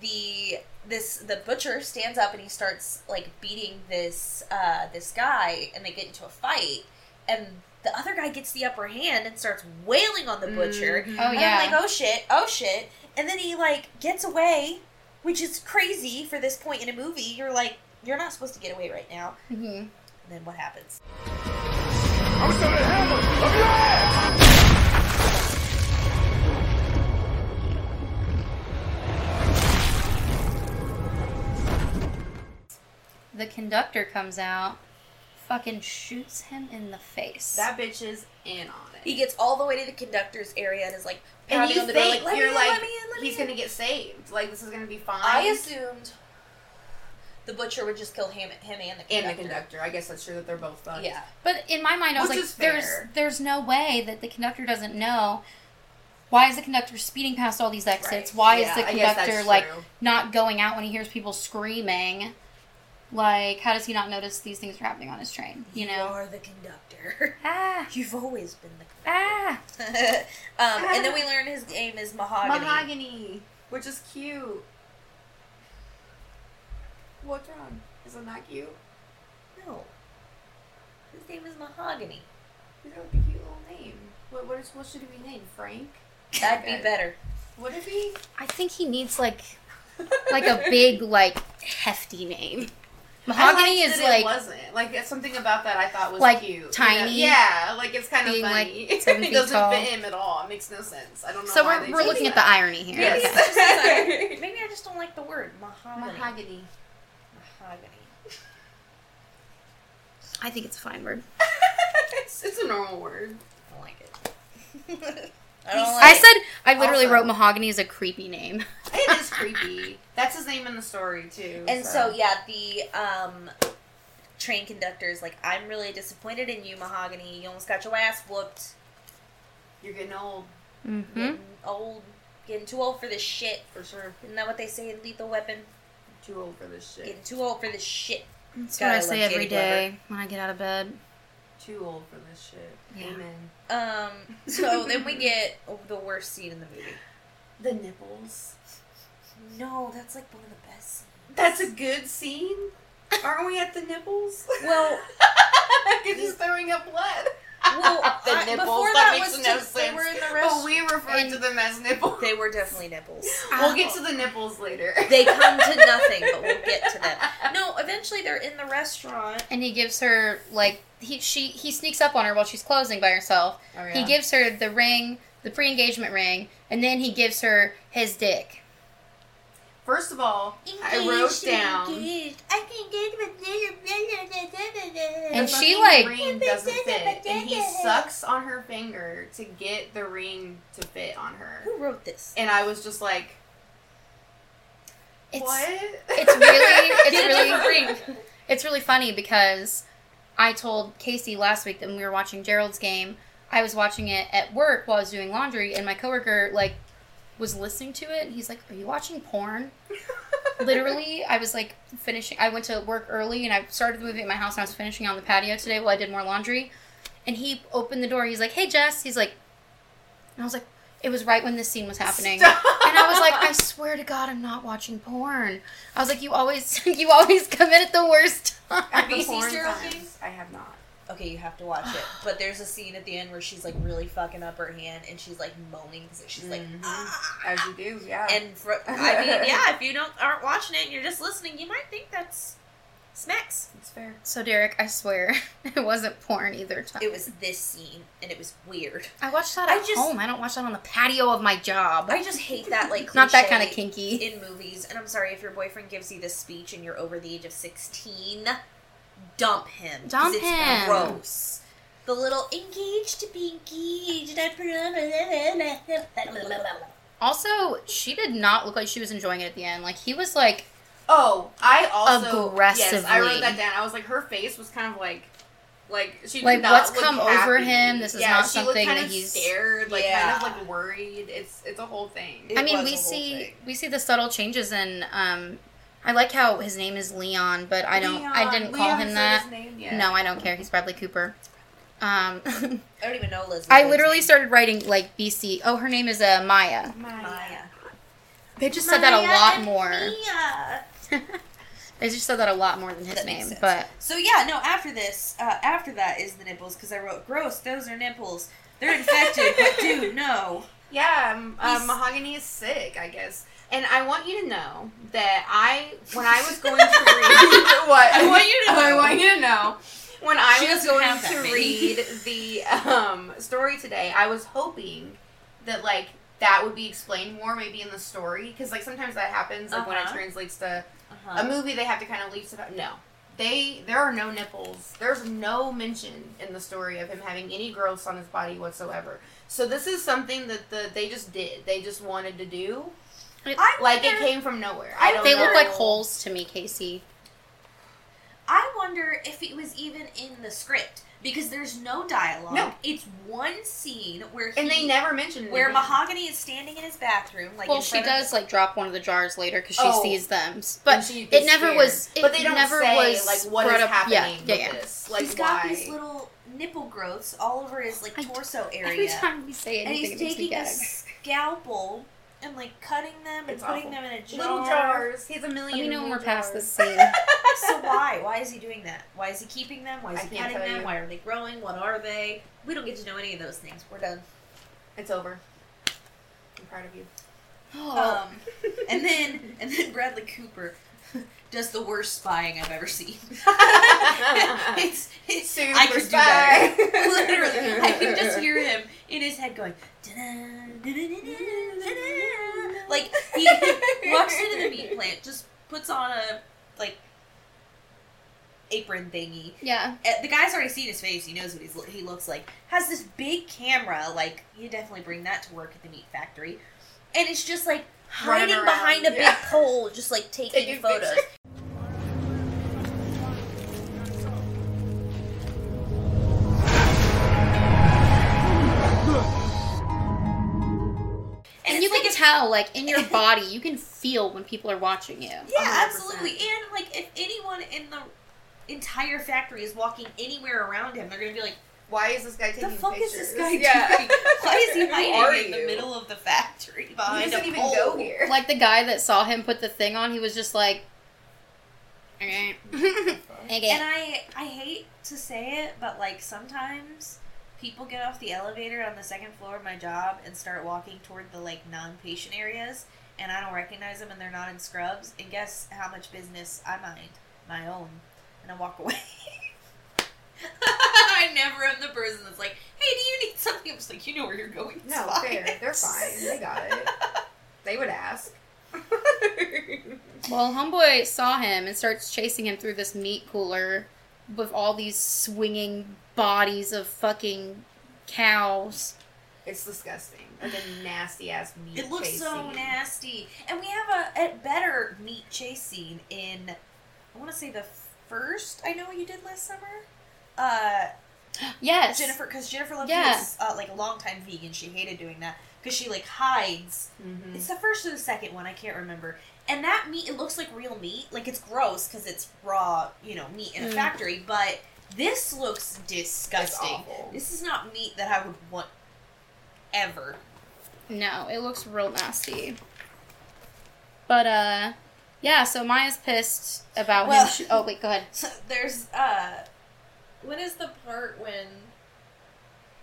the this the butcher stands up and he starts like beating this uh this guy, and they get into a fight. And the other guy gets the upper hand and starts wailing on the butcher.
oh
And
yeah,
I'm like, oh shit, oh shit. And then he like gets away, which is crazy for this point in a movie. You're like, you're not supposed to get away right now.
Mhm.
And then what happens?
I'm gonna hammer of your ass!
the conductor comes out, fucking shoots him in the face.
That bitch is in on it.
He gets all the way to the conductor's area and is like
and
pounding
you
on the door,
think
like, let
you're
me in,
like
let me in, let me
he's
in.
gonna get saved. Like this is gonna be fine.
I assumed the butcher would just kill him, him and the
and
conductor.
the conductor. I guess that's true that they're both fucked.
Yeah.
but in my mind, I was
Which
like,
is fair.
there's there's no way that the conductor doesn't know. Why is the conductor speeding past all these exits?
Right.
Why
Yeah,
is the
I guess that's
conductor like
true.
not going out when he hears people screaming? Like, how does he not notice these things are happening on his train? You know?
are the conductor.
Ah,
You've always been the
ah.
conductor. um, and then we learn his name is Mahogany.
Ah. mahogany, which is cute. What's wrong? Is it not cute?
No. His name is Mahogany.
That would be a cute little name. What what, is, what should we name? Frank?
That'd be better.
Would it be?
I think he needs like like a big like hefty name. Mahogany
I liked
is
that it
like
wasn't like it's something about that I thought was
Like,
cute. you know?
tiny.
Yeah, like it's kind of
Being, like,
funny.
seven
it
feet
doesn't
tall.
fit him at all. It makes no sense. I don't know.
so
why
we're,
they
we're
chose
looking at the
that.
irony here.
Maybe,
Okay.
it's just that I-
Yes.
maybe I just don't like the word mahogany. Mahogany.
mahogany.
I think it's a fine word.
it's, it's a normal word.
I don't like it. I don't like
I said I literally
Also-
wrote mahogany is a creepy name.
It is creepy. That's his name in the story too.
it. And so yeah, the um, train conductor is like, "I'm really disappointed in you, mahogany. You almost got your ass whooped.
you're getting old
Mm-hmm.
Hmm?
Getting old, getting too old for this shit.
for sure.
Isn't that what they say in Lethal Weapon?
Too old for this shit.
Getting too old for this shit."
That's what
Gotta
I say
love
every
Danny
day when I get out of bed.
Too old for this shit.
Yeah.
Amen.
Um, so then we get the worst scene in the movie.
The nipples.
No, that's like one of the best.
That's a good scene. Aren't we at the nipples?
Well,
You're just throwing up blood.
well
The
I-
nipples,
before
that
that,
makes
was
no
just, they were in the
But
rest.
we referred to them as nipples.
they were definitely nipples.
We'll get to the nipples later.
They come to nothing, but we'll get to them. No, eventually they're in the restaurant.
and he gives her like he she he sneaks up on her while she's closing by herself. He gives her the ring, the pre-engagement ring, and then he gives her his dick.
First of all, I wrote down.
I can get with
And
the
she,
fucking
like-
ring doesn't fit, and he sucks on her finger to get the ring to fit on her.
Who wrote this?
And I was just like,
It's
what?
it's really it's
Get a different
really it's really funny because I told Casey last week that when we were watching Gerald's game, I was watching it at work while I was doing laundry, and my coworker like was listening to it, and he's like, "Are you watching porn?" Literally, I was like finishing. I went to work early, and I started the movie at my house, and I was finishing on the patio today while I did more laundry. And he opened the door. He's like, "Hey, Jess." He's like, and I was like, "It was right when this scene was happening." And I was like, I swear to God, I'm not watching porn. I was like, you always, you always come in at the worst time.
Have you seen
Porn
Serial
times.
Kings?
I have not.
Okay, you have to watch it. But there's a scene at the end where she's like really fucking up her hand and she's like moaning because she's like,
Mhm.
"Ah."
As you do, yeah.
and for, I mean, yeah, if you don't aren't watching it and you're just listening, you might think that's smacks.
it's fair.
So Derek, I swear, it wasn't porn either time.
It was this scene and it was weird.
I watched that
I
at
just-
home. I don't watch that on the patio of my job.
I just hate that like cliche
Not that kind of kinky.
in movies. And I'm sorry if your boyfriend gives you this speech and you're over the age of 16, dump him. 'cause
Dump
it's
him.
Gross. The little engaged to be engaged. I promise."
Also, she did not look like she was enjoying it at the end. Like he was like,
Oh, I also Yes, I
Aggressively.
wrote that down. I was like, her face was kind of like, like she did
Like,
not
what's
look
come
happy.
over him? This is
yeah,
not
she
something
looked kind
that
of
he's-
scared, like
Yeah.
kind of like worried. It's it's a whole thing.
It
I mean,
was
we
a whole
see
thing.
we see the subtle changes in. Um, I like how his name is Leon, but I don't. I
Leon,
didn't
we
call him
haven't said
that.
his name yet.
No, I don't care. He's Bradley Cooper. Um,
I don't even know Liz.
I literally started writing like BC. Oh, her name is uh, Maya.
Maya.
Maya.
They just said that a lot more.
Mia.
They just said that a lot more than his
That makes
name.
sense.
But
So yeah, no. After this, uh, after that is the nipples because I wrote gross. Those are nipples. They're infected, but dude, no.
Yeah, um, uh,
He's-
mahogany is sick, I guess. And I want you to know that I, when I was going to read, what
I want you to
I
know.
want you to know. When I
Oh. She
was
doesn't
going
have that
to
many.
read the um, story today, I was hoping that like that would be explained more, maybe in the story, because like sometimes that happens, like when it
Uh-huh.
translates to a
Uh-huh.
movie, they have to kind of leave stuff out. No, they there are no nipples. There's no mention in the story of him having any growths on his body whatsoever. So this is something that the they just did. They just wanted to do.
I
Like it
wonder-
came from nowhere. I don't.
they look
know.
like holes to me, Casey.
I wonder if it was even in the script because there's no dialogue.
No.
it's one scene where he,
and they never mentioned it
where
again.
Mahogany is standing in his bathroom. Like,
well,
in
she
front of-
does like drop one of the jars later because she
Oh.
sees them.
And
But
she
it
gets
never
scared.
was. It
but they don't
never
say
was
like what
brought
is
up-
happening
yeah,
with
yeah, yeah.
this. Like
He's got
why?
these little nipple growths all over his like
I-
torso area.
Every time we say
and he's
anything, it makes me
taking a
gag.
scalpel and like cutting them and
It's
putting
awful.
them in a jar.
Little jars. He's a
Let
million.
me know when
little
we're past
jars.
this scene.
so why? Why is he doing that? Why is he keeping them? Why is
I
he
can't
cutting
tell
them?
you.
Why are they growing? What are they? We don't get to know any of those things. We're done.
It's over. I'm proud of you.
Oh.
Um, and then and then Bradley Cooper does the worst spying I've ever seen. it's it's
Super
I could do
spy.
better. Literally, I can just hear him in his head going. "Da-da, da-da-da-da, da-da." Like he, he walks into the meat plant, just puts on a like apron thingy.
yeah.
Uh, The guy's already seen his face; he knows what he's lo- he looks like. Has this big camera, like you definitely bring that to work at the meat factory, and it's just like
Running
hiding
around,
behind a
yeah.
big pole, just like taking,
Taking
photos.
pictures.
And,
it's
you
like
can tell, like in your body, you can feel when people are watching you.
Yeah,
100%.
absolutely. And like, if anyone in the entire factory is walking anywhere around him, they're gonna be like,
Why is this guy
"The
taking
fuck
pictures?
is this guy
Yeah.
doing? Why is he
Who are
hiding in the
you?
middle of the factory
He
behind
doesn't
a
even
pole?"
go here.
Like the guy that saw him put the thing on, he was just like, Okay.
And
okay.
I I hate to say it, but like sometimes people get off the elevator on the second floor of my job and start walking toward the like non-patient areas, and I don't recognize them, and they're not in scrubs. And guess how much business I mind my own, and I walk away. I never am the person that's like, "Hey, do you need something?" I'm just like, "You know where you're going." It's
No,
fine."
fair. They're fine. They got it. They would ask.
Well, homeboy saw him and starts chasing him through this meat cooler with all these swinging bodies of fucking cows.
it's disgusting. Like a nasty ass meat.
It looks
chase
so
scene.
nasty. And we have a, a better meat chase scene in, I want to say the first I Know What You Did Last Summer. Uh,
Yes.
Jennifer, because Jennifer Lopez
Yeah.
is uh, like a longtime vegan. She hated doing that because she like hides.
Mhm.
It's the first or the second one. I can't remember. And that meat, it looks like real meat. Like it's gross because it's raw, you know, meat in a
Mm.
factory. But this looks disgusting.
awful.
This is not meat that I would want ever.
No, it looks real nasty. But uh yeah, so Maya's pissed about
Well-
him. She- oh wait, go ahead.
So there's uh when is the part when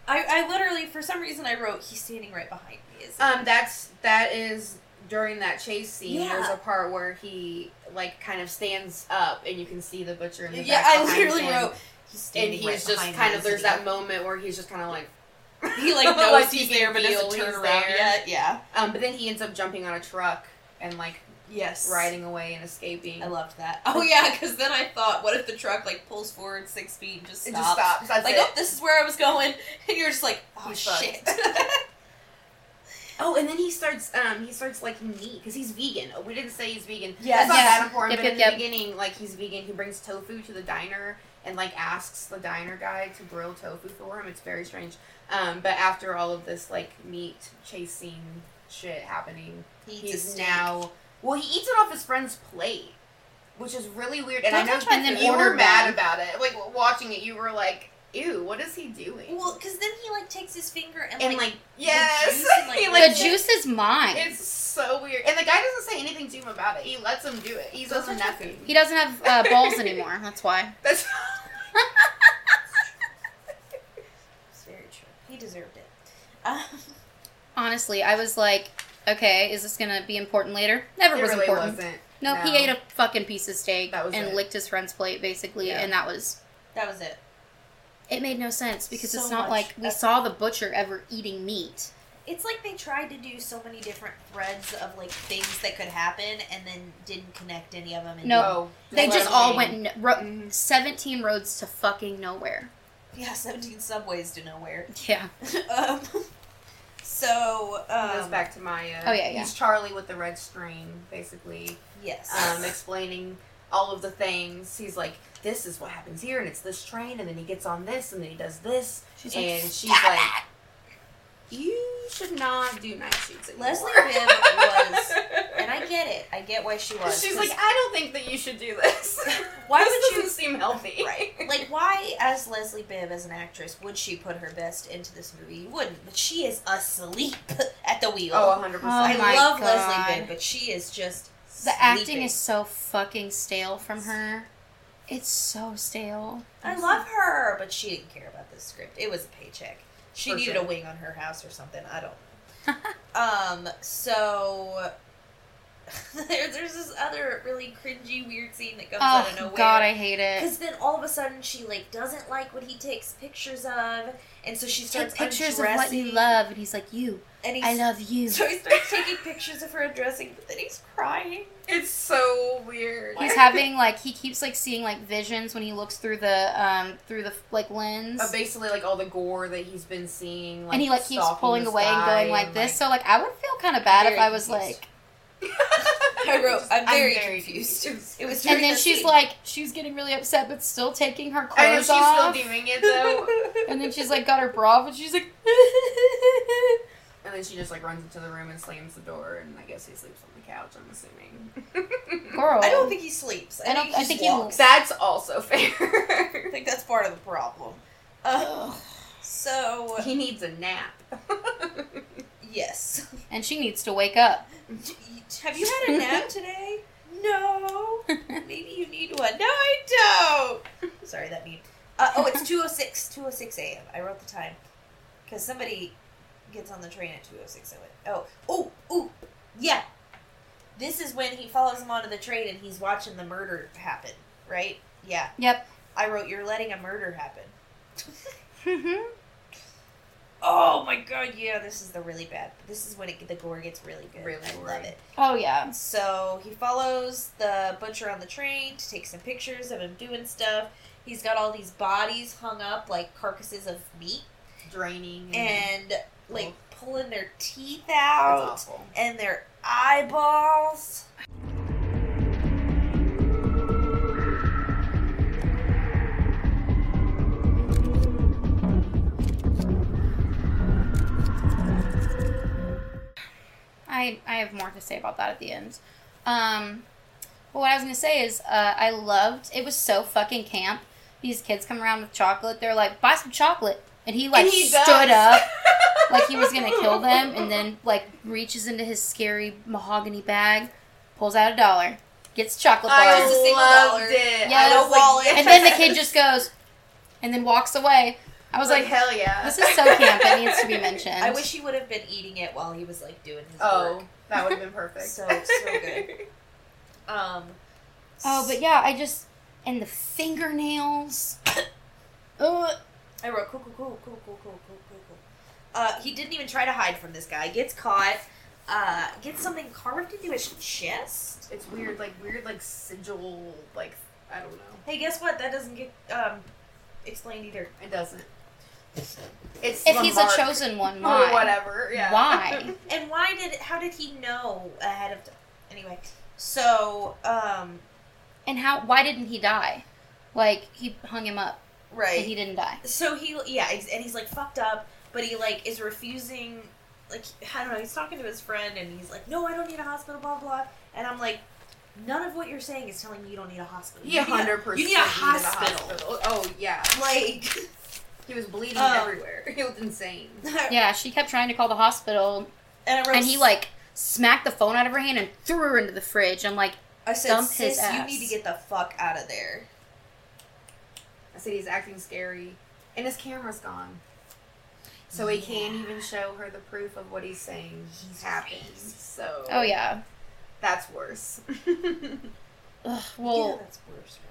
I I literally for some reason I wrote he's standing right behind me. Is
Um, that's that is during that chase scene. There's
Yeah.
a part where he like kind of stands up, and you can see the butcher in the
yeah,
back
I
behind
literally
him,
wrote he's
and
standing
he's
right
just
behind
kind
me,"
of there's
so
that moment where he's just kind of like,
he, he like knows
like,
he's
he can
there but doesn't
feel
turn
he's
around
there.
yet. Yeah.
um, but then he ends up jumping on a truck and like
Yes.
riding away and escaping.
I loved that. Oh yeah, because then I thought, what if the truck like pulls forward six feet and just
It
stops?
just stops. That's
Like,
it.
oh, this is where I was going, and you're just like, oh
He's fucked.
shit.
Oh, and then he starts. Um, he starts liking meat because he's vegan. Oh, We didn't say he's vegan.
Yes.
That's not
Yes.
that important.
Yep,
but
yep,
in
yep.
the beginning, like he's vegan, he brings tofu to the diner and like asks the diner guy to grill tofu for him. It's very strange. Um, but after all of this like meat chasing shit happening,
He
he's
just
now well he eats it off his friend's plate, which is really weird. And
Don't
I know
touch my
you,
food.
you were
Ordered
mad
one.
about it. Like w- watching it, you were like, "Ew, what is he doing?"
Well, because then he like takes his finger and,
and
like
like, yes,
juice and, like,
he
the
The
like
juice is mine.
it's so weird. And the guy doesn't say anything to him about it. He lets him do it. He
Those
says
are
nothing.
he doesn't have uh, balls anymore. That's why.
That's
It's very true. He deserved it. Um,
Honestly, I was like, okay, is this gonna be important later? Never
it
was
really
important.
wasn't.
Nope, he ate a fucking piece of steak
That was
and
it.
licked his friend's plate basically,
Yeah.
and that was.
that was it.
It made no sense because
So
it's
much
not like we
effort.
saw the butcher ever eating meat.
It's like they tried to do so many different threads of like things that could happen, and then didn't connect any of them. And
No.
No,
They just all went
everything.
n- ro-
Mhm.
17 roads to fucking nowhere.
didn't- yeah, seventeen subways to nowhere.
Yeah.
um, so
He goes
um,
back to Maya.
Oh, yeah, yeah.
He's Charlie with the red string, basically,
yes,
um, explaining all of the things. He's like, "This is what happens here, and it's this train, and then he gets on this, and then he does this."
She's like,
and she's like, "You should not do night shoots anymore."
Leslie Bibb was- and I get it. I get why she was.
She's
'cause,
like, I don't think that you should do this.
Why
this
would you-
doesn't seem healthy.
Right. like, why, as Leslie Bibb, as an actress, would she put her best into this movie? You wouldn't, but she is asleep at the wheel.
Oh, 100%.
Oh
I
my
love
God.
Leslie Bibb, but she is just
The acting
sleeping.
is so fucking stale from her. It's so stale.
I love her, but she didn't care about this script. It was a paycheck. She
For
needed
sure.
a wing on her house or something. I don't know. um, so there, there's this other really cringy, weird scene that comes out of
Oh
nowhere.
god, I hate it.
because then all of a sudden she like doesn't like what he takes pictures of, and so she
Take
starts
pictures of
undressing,
what you love, and he's like, "You,
And he's,
I love you."
So he starts taking pictures of her undressing, but then he's crying.
It's so weird.
He's having like he keeps like seeing like visions when he looks through the um through the like lens,
Uh, basically, like all the gore that he's been seeing, like,
and he like keeps
stalking
pulling
the
away and
sky
going like this. so like I would feel kind of bad if
Very
I was
confused.
like
I wrote, I'm very confused.
confused.
It was.
And
during
then
that
she's
scene.
like, she's getting really upset, but still taking her
I know
clothes
she's
off.
still doing it though,
and then she's like, got her bra, but she's like,
and then she just like runs into the room and slams the door, and I guess he sleeps on the couch. I'm assuming.
girl.
I don't think he sleeps. I,
I don't-
think he
I
just
think he
walks.
That's also
I
fair.
think that's part of the problem. Uh, so
he needs a nap.
yes,
And she needs to wake up.
have you had a nap today? No. Maybe you need to one. No, I don't. Sorry, that meme. Uh, oh, it's 206, 206 a.m. I wrote the time. Because somebody gets on the train at 206 a.m. Oh, oh, oh, yeah. This is when he follows him onto the train and he's watching the murder happen, right? Yeah.
Yep.
I wrote, you're letting a murder happen. Oh my god, yeah, this is the really bad. This is when it, the gore gets really good.
Really
I love
gory.
it.
oh yeah.
So he follows the butcher on the train to take some pictures of him doing stuff. He's got all these bodies hung up like carcasses of meat
draining and
and like
Ugh.
pulling their teeth
Mm-hmm. That's
out
awful.
and their eyeballs.
I I have more to say about that at the end. Um, but what I was gonna say is uh, I loved it was so fucking camp. These kids come around with chocolate. They're like, buy some chocolate, and he like
And he
stood
does.
up like he was gonna kill them, and then like reaches into his scary mahogany bag, pulls out a dollar, gets chocolate
I
bars,
was- single
loved
dollar.
it.
Yes.
I was like,
Wallet.
and then the kid just goes, and then walks away. I was
like,
like,
hell yeah.
this is so camp. It needs to be mentioned.
I wish he would have been eating it while he was like doing his
Oh,
work.
that would have been perfect.
So, so good. Um.
Oh, but yeah, I just and the fingernails. Ugh.
I wrote cool, cool, cool, cool, cool, cool, cool, cool, cool. Uh, he didn't even try to hide from this guy. Gets caught. Uh, gets something carved into his chest.
It's weird, like weird, like sigil, like I don't know.
Hey, guess what? That doesn't get um explained either.
It doesn't. It's
If he's a
mark
chosen one, why?
or whatever. Yeah.
Why?
And why did? How did he know ahead of? T- anyway, so um,
And how? Why didn't he die? Like he hung him up,
right.
and he didn't die.
so he yeah ex- and he's like fucked up but he like is refusing like i don't know he's talking to his friend and he's like no i don't need a hospital blah blah and i'm like none of what you're saying is telling me you don't need a hospital
Yeah,
you need a-
hundred percent.
you need a hospital
Oh yeah,
like
he was bleeding
Oh.
everywhere. It was insane.
Yeah, she kept trying to call the hospital,
and, I wrote,
and he like smacked the phone out of her hand and threw her into the fridge. I'm like,
i said
dump
sis
his
you
ass."
need to get the fuck out of there
I said he's acting scary, and his camera's gone, so he can't even show her the proof of what he's saying
He's
happened.
crazy.
So
oh yeah.
that's worse. you
Ugh,
yeah,
well,
that's worse right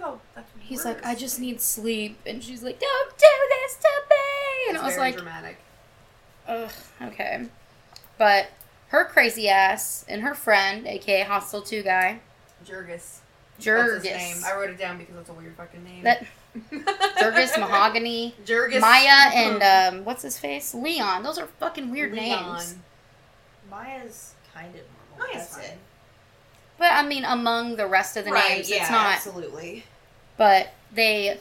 know that's
he's
worse.
like, I just need sleep, and she's like, don't do this to me. And
It's
I was
very
like,
dramatic.
Ugh, okay. But her crazy ass and her friend, aka Hostile 2 guy,
Jurgis. That's his name. I
Jurgis.
wrote it down because that's a weird fucking name.
That Jurgis, Mahogany,
Jurgis.
Maya, and um, what's his face? Leon. Those are fucking weird
Leon.
names.
maya's kind of normal
Maya's
that's
fine.
it
But I mean, among the rest of the
right
names,
yeah
it's not.
absolutely
But they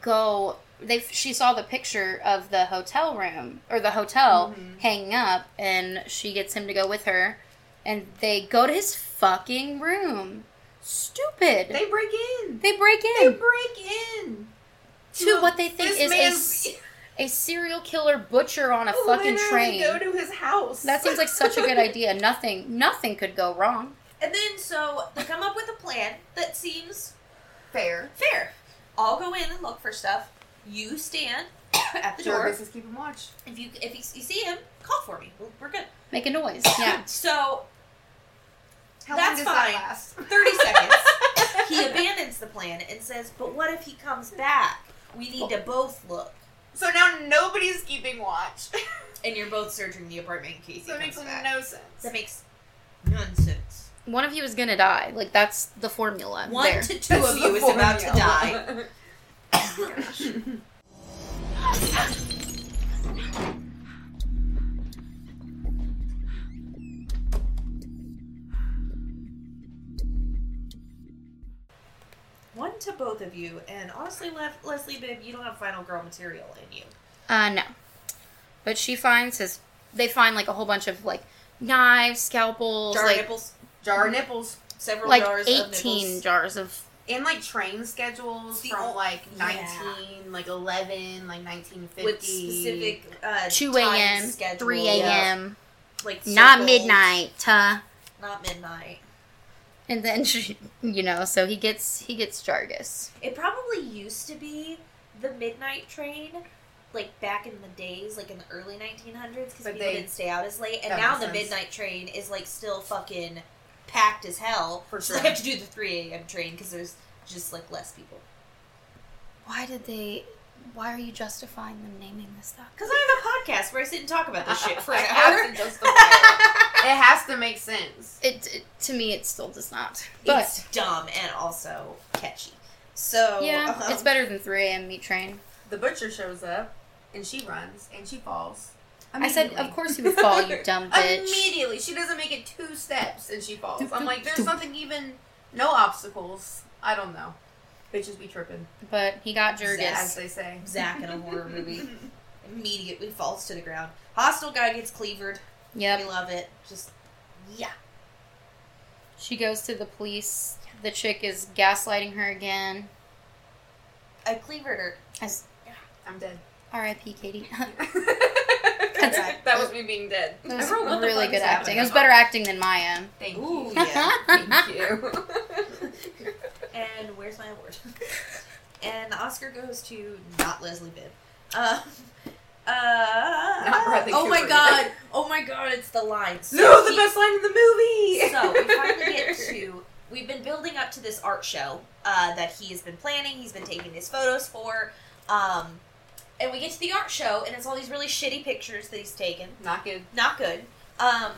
go. They she saw the picture of the hotel room or the hotel
Mhm.
hanging up, and she gets him to go with her, and they go to his fucking room. Stupid.
They break in.
They break
They
in
break in.
to what they think
This
is a,
man-
s- a serial killer butcher on a fucking
Literally
train.
Go to his house.
That seems like such a good idea. Nothing, nothing could go wrong.
and then so they come up with a plan that seems
Fair.
Fair. I'll go in and look for stuff. You stand at the door.
Jurgis is keeping watch.
If you if you, you see him, call for me. We're- We're good.
Make a noise. Yeah.
So
How
That's
long does
fine.
that last?
30 seconds. he abandons the plan and says, "But what if he comes back? We need to both look."
So now nobody's keeping watch.
And you're both searching the apartment in case he
so it
comes
makes
back.
no sense.
that makes nonsense.
One of you is gonna die. Like that's the formula.
One
there.
to two of you is about to die. One to both of you, and honestly, Lef- Leslie Bibb, you don't have final girl material in you.
uh, no. But she finds his. They find like a whole bunch of like knives, scalpels,
Jar
like
nipples,
Jar nipples.
several
like
jars of
eighteen
nipples.
jars of.
And like train schedules
The
from
ol-
like
Yeah.
19, like 11, like 1950.
with specific uh,
2
time
a.m.,
schedule.
3 a.m.,
like
not
circles,
midnight, huh?
not midnight.
And then she, you know, so he gets he gets Jargus.
It probably used to be the midnight train, like back in the days, like in the early 1900s, because
But
people
they-
didn't stay out as late. And
That
now the
makes sense.
midnight train is like still fucking packed as hell.
For
So they
sure.
have to do the 3 a.m. train because there's just like less people.
Why did they? Why are you justifying them naming this dog?
Because I have a podcast where I sit and talk about this shit for an
It has
hour.
to justify it. It has to make sense.
It, it to me it still does not. But
It's dumb and also catchy. So
yeah,
Uh-huh.
um,
it's better than 3 a.m. meat train.
The butcher shows up, and she runs, and she falls.
I said,
Immediately.
of course you would fall, you dumb bitch.
Immediately, she doesn't make it two steps, and she falls. I'm like, there's nothing even, no obstacles. I don't know. Bitches be tripping,
But he got
as
Jurgis.
they say.
Zack in a horror movie immediately falls to the ground. Hostile guy gets cleavered. We
Yep.
love it. Just yeah.
She goes to the police. The chick is gaslighting her again.
I cleavered her.
As
I'm dead.
R.I.P. Katie.
that was me being dead.
That was
I wrote, "What the
really
fuck
good
is
acting. It was
happening?"
better acting than Maya.
Thank
Ooh,
you.
yeah.
Thank you.
And where's my award? and the Oscar goes to not Leslie Bibb. Uh, uh,
Not Bradley
oh my
Cooper.
god! Oh my god! It's the line. So
no, the
he-
best line in the movie.
so we finally get to we've been building up to this art show uh, that he has been planning he's been taking his photos for um, and we get to the art show and it's all these really shitty pictures that he's taken
Not good.
not good um,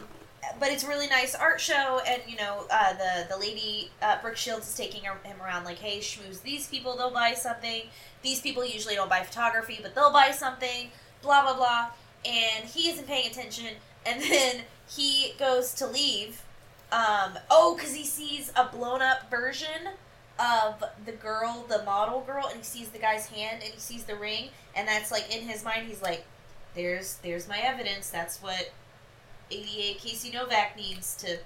but it's a really nice art show and you know uh, the, the lady uh, brooke shields is taking her- him around like hey schmooze these people they'll buy something these people usually don't buy photography but they'll buy something blah blah blah and he isn't paying attention and then he goes to leave um, oh, because he sees a blown up version of the girl, the model girl, and he sees the guy's hand and he sees the ring, and that's like in his mind, he's like, "There's, there's my evidence. That's what ADA Casey Novak needs to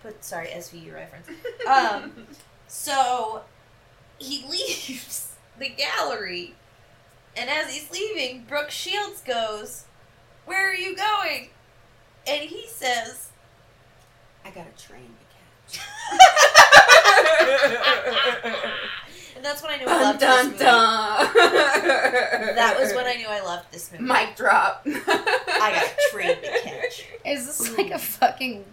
put." Sorry, SVU reference. Um, so he leaves the gallery, and as he's leaving, Brooke Shields goes, "Where are you going?" And he says.
I got a train to
And that's when I knew I
dun
loved
dun
this movie.
dun.
That was when I knew I loved this movie.
mic drop.
I
I
got a train to catch.
Is this like a fucking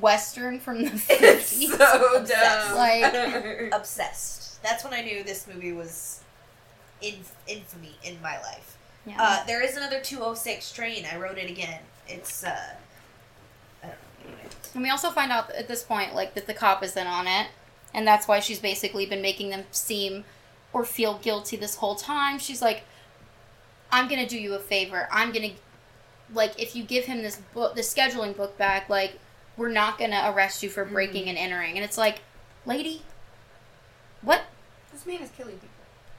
western from the
It's
50s?
so
Obsessed.
dumb.
Like-
Obsessed. That's when I knew this movie was in infamy in my life.
Yeah.
Uh, there is another 206 train. I wrote it again. It's uh, I don't know. Anyway.
And we also find out at this point, like, that the cop is in on it. And that's why she's basically been making them seem or feel guilty this whole time. She's like, I'm going to do you a favor. I'm going to, like, if you give him this book, the scheduling book back, like, we're not going to arrest you for breaking
Mm-hmm.
and entering. And it's like, lady, what?
This man is killing people.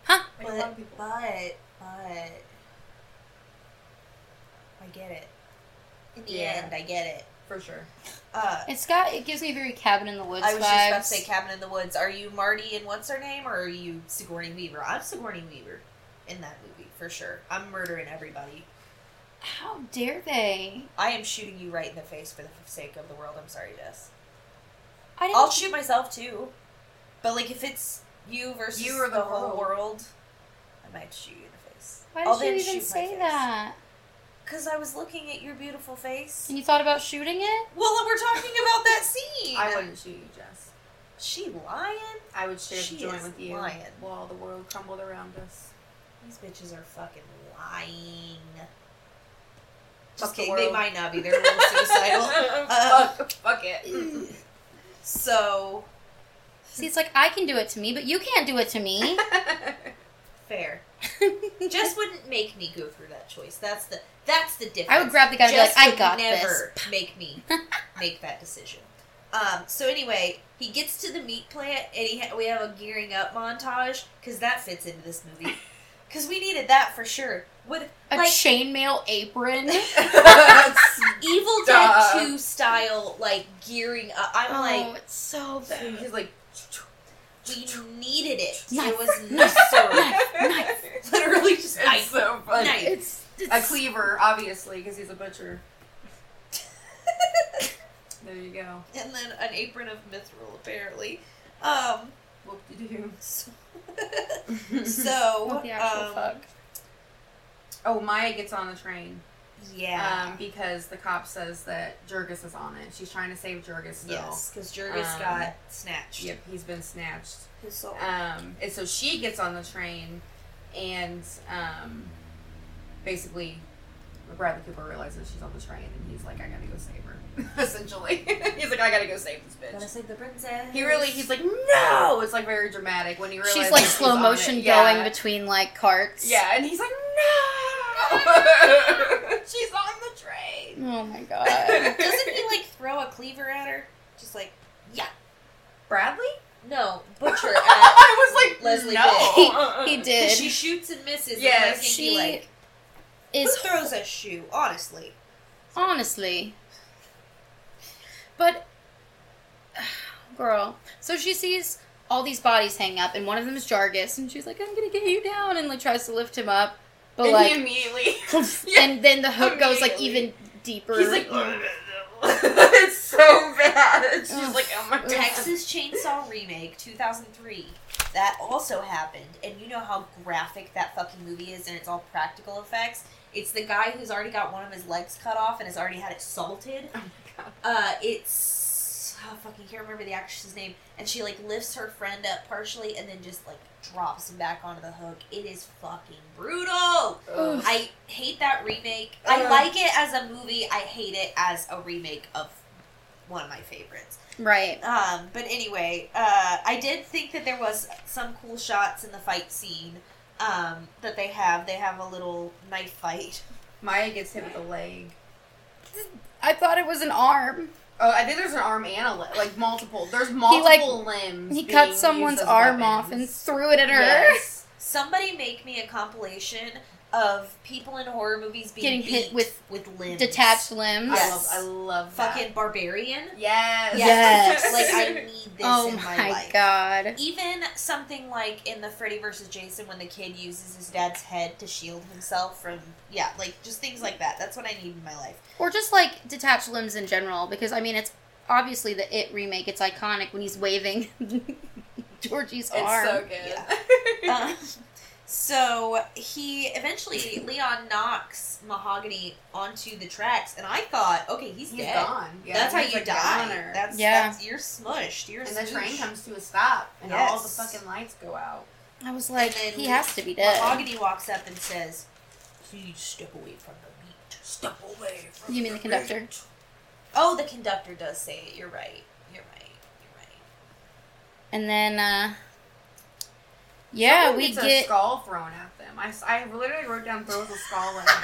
Huh?
Like a lot of
But
people.
but but I get it. In the
Yeah.
end, I get it.
For sure.
Uh,
It's got, it gives me very cabin in the woods
I was just
vibes.
about to say Cabin in the Woods. Are you Marty and what's her name, or are you Sigourney Weaver? I'm Sigourney Weaver in that movie for sure. I'm murdering everybody.
How dare they?
I am shooting you right in the face for the sake of the world. I'm sorry, Jess.
I didn't
I'll shoot myself too, but like if it's you versus
You or the
whole
world.
world, I might shoot you in the face.
Why
I'll
did you
then
even
shoot my
say
face.
that?
Because I was looking at your beautiful face.
And you thought about shooting it?
Well, we're talking about that scene.
I wouldn't shoot you, Jess.
She lying.
I would share
She
the joy
is
with you
lying.
while the world crumbled around us.
These bitches are fucking lying.
Fuck
Just
the
kidding. They
world.
might not be. They're a little suicidal. Uh,
fuck, fuck it.
So
See, it's like I can do it to me, but you can't do it to me.
fair. Jess wouldn't make me go through that choice. That's the that's the difference.
I would grab the guy and be
Jess
like, "I
would
got
never Make me make that decision. Um, so anyway, he gets to the meat plant, and he ha- we have a gearing up montage because that fits into this movie. Because we needed that for sure. With
a
like
chainmail apron.
Evil
Duh.
Dead 2 style, like gearing up. I'm
oh,
like,
it's so
So
bad.
he's like,
we needed it.
Knife,
It was
knife,
necessary.
knife, knife.
Literally just
it's
knife.
so funny.
Knife.
It's, it's
A cleaver, obviously, because he's a butcher. There you go.
and then an apron of mithril apparently. Um,
Whoop de doo.
so,
What the actual
um,
fuck?
oh, Maya gets on the train
Yeah.
um, because the cop says that Jurgis is on it. She's trying to save Jurgis still.
yes, because Jurgis
Um,
got snatched.
Yep, he's been snatched.
His soul.
Um, and so she gets on the train, and um, basically, Bradley Cooper realizes she's on the train, and he's like, "I gotta go save her." Essentially, he's like, "I gotta go save this
Gotta
bitch."
save the princess.
He really, he's like, "No!" It's like very dramatic when he realizes
She's like slow
on
motion
it. Yeah.
going between like carts.
Yeah, and he's like, "No!" she's on the train.
Oh my god.
doesn't he like throw a cleaver at her? Just like yeah,
Bradley?
no butcher at.
I was like,
Leslie
"No."
he
'Cause
did.
She shoots and misses. Yeah,
Yeah,
and I think
she
he, like
is
who throws a shoe. Honestly,
honestly. But girl, so she sees all these bodies hang up, and one of them is Jargus, and she's like, "I'm gonna get you down," and like tries to lift him up, but
And
like,
he immediately. Yeah.
and then the hook goes like even deeper.
He's like, it's so bad. She's
Ugh.
like, oh my god.
Texas Chainsaw Remake 2003. That also happened, and you know how graphic that fucking movie is, and it's all practical effects. It's the guy who's already got one of his legs cut off and has already had it salted.
Oh my god.
Uh, it's I fucking can't remember the actress's name, and she like lifts her friend up partially, and then just like drops him back onto the hook. It is fucking brutal.
Ugh.
I hate that remake.
Uh.
I like it as a movie. I hate it as a remake of one of my favorites.
right.
Um, but anyway, uh, I did think that there was some cool shots in the fight scene um, that they have. They have a little knife fight.
Maya gets hit with a leg.
I thought it was an arm.
Oh, I think there's an arm and a leg. Like multiple. There's multiple
like,
limbs.
He
being
cut
used
someone's
as
arm
weapons.
off and threw it at her.
Yes.
Somebody make me a compilation of people in horror movies being
Getting hit
beat
with
with limbs,
Detached limbs.
Yes.
I love, I love that.
fucking barbarian.
Yes.
Yes.
like I need this
oh
in my,
my
life.
god.
Even something like in the Freddy vs. Jason when the kid uses his dad's head to shield himself from yeah, like just things like that. That's what I need in my life.
Or just like detached limbs in general, because I mean, it's obviously the It remake. It's iconic when he's waving Georgie's
It's
arm.
so good.
Um, so he eventually Leon knocks Mahogany onto the tracks, and I thought, okay, he's,
He's
dead.
gone. Yeah,
that's how
he's
you
a
die.
goner.
That's
Yeah.
that's you're smushed. You're
and the train
smooshed.
comes to a stop, and all the
Yes.
fucking lights go out.
I was like,
And then
he has to be dead.
Mahogany walks up and says, "Please step away from the meat. Step away from."
You mean the conductor?
Oh, the conductor does say it. You're right. You're right. You're right.
And then, uh, yeah,
Someone
we
gets a
get.
skull thrown at them. I, s- I literally wrote down throws a skull at them.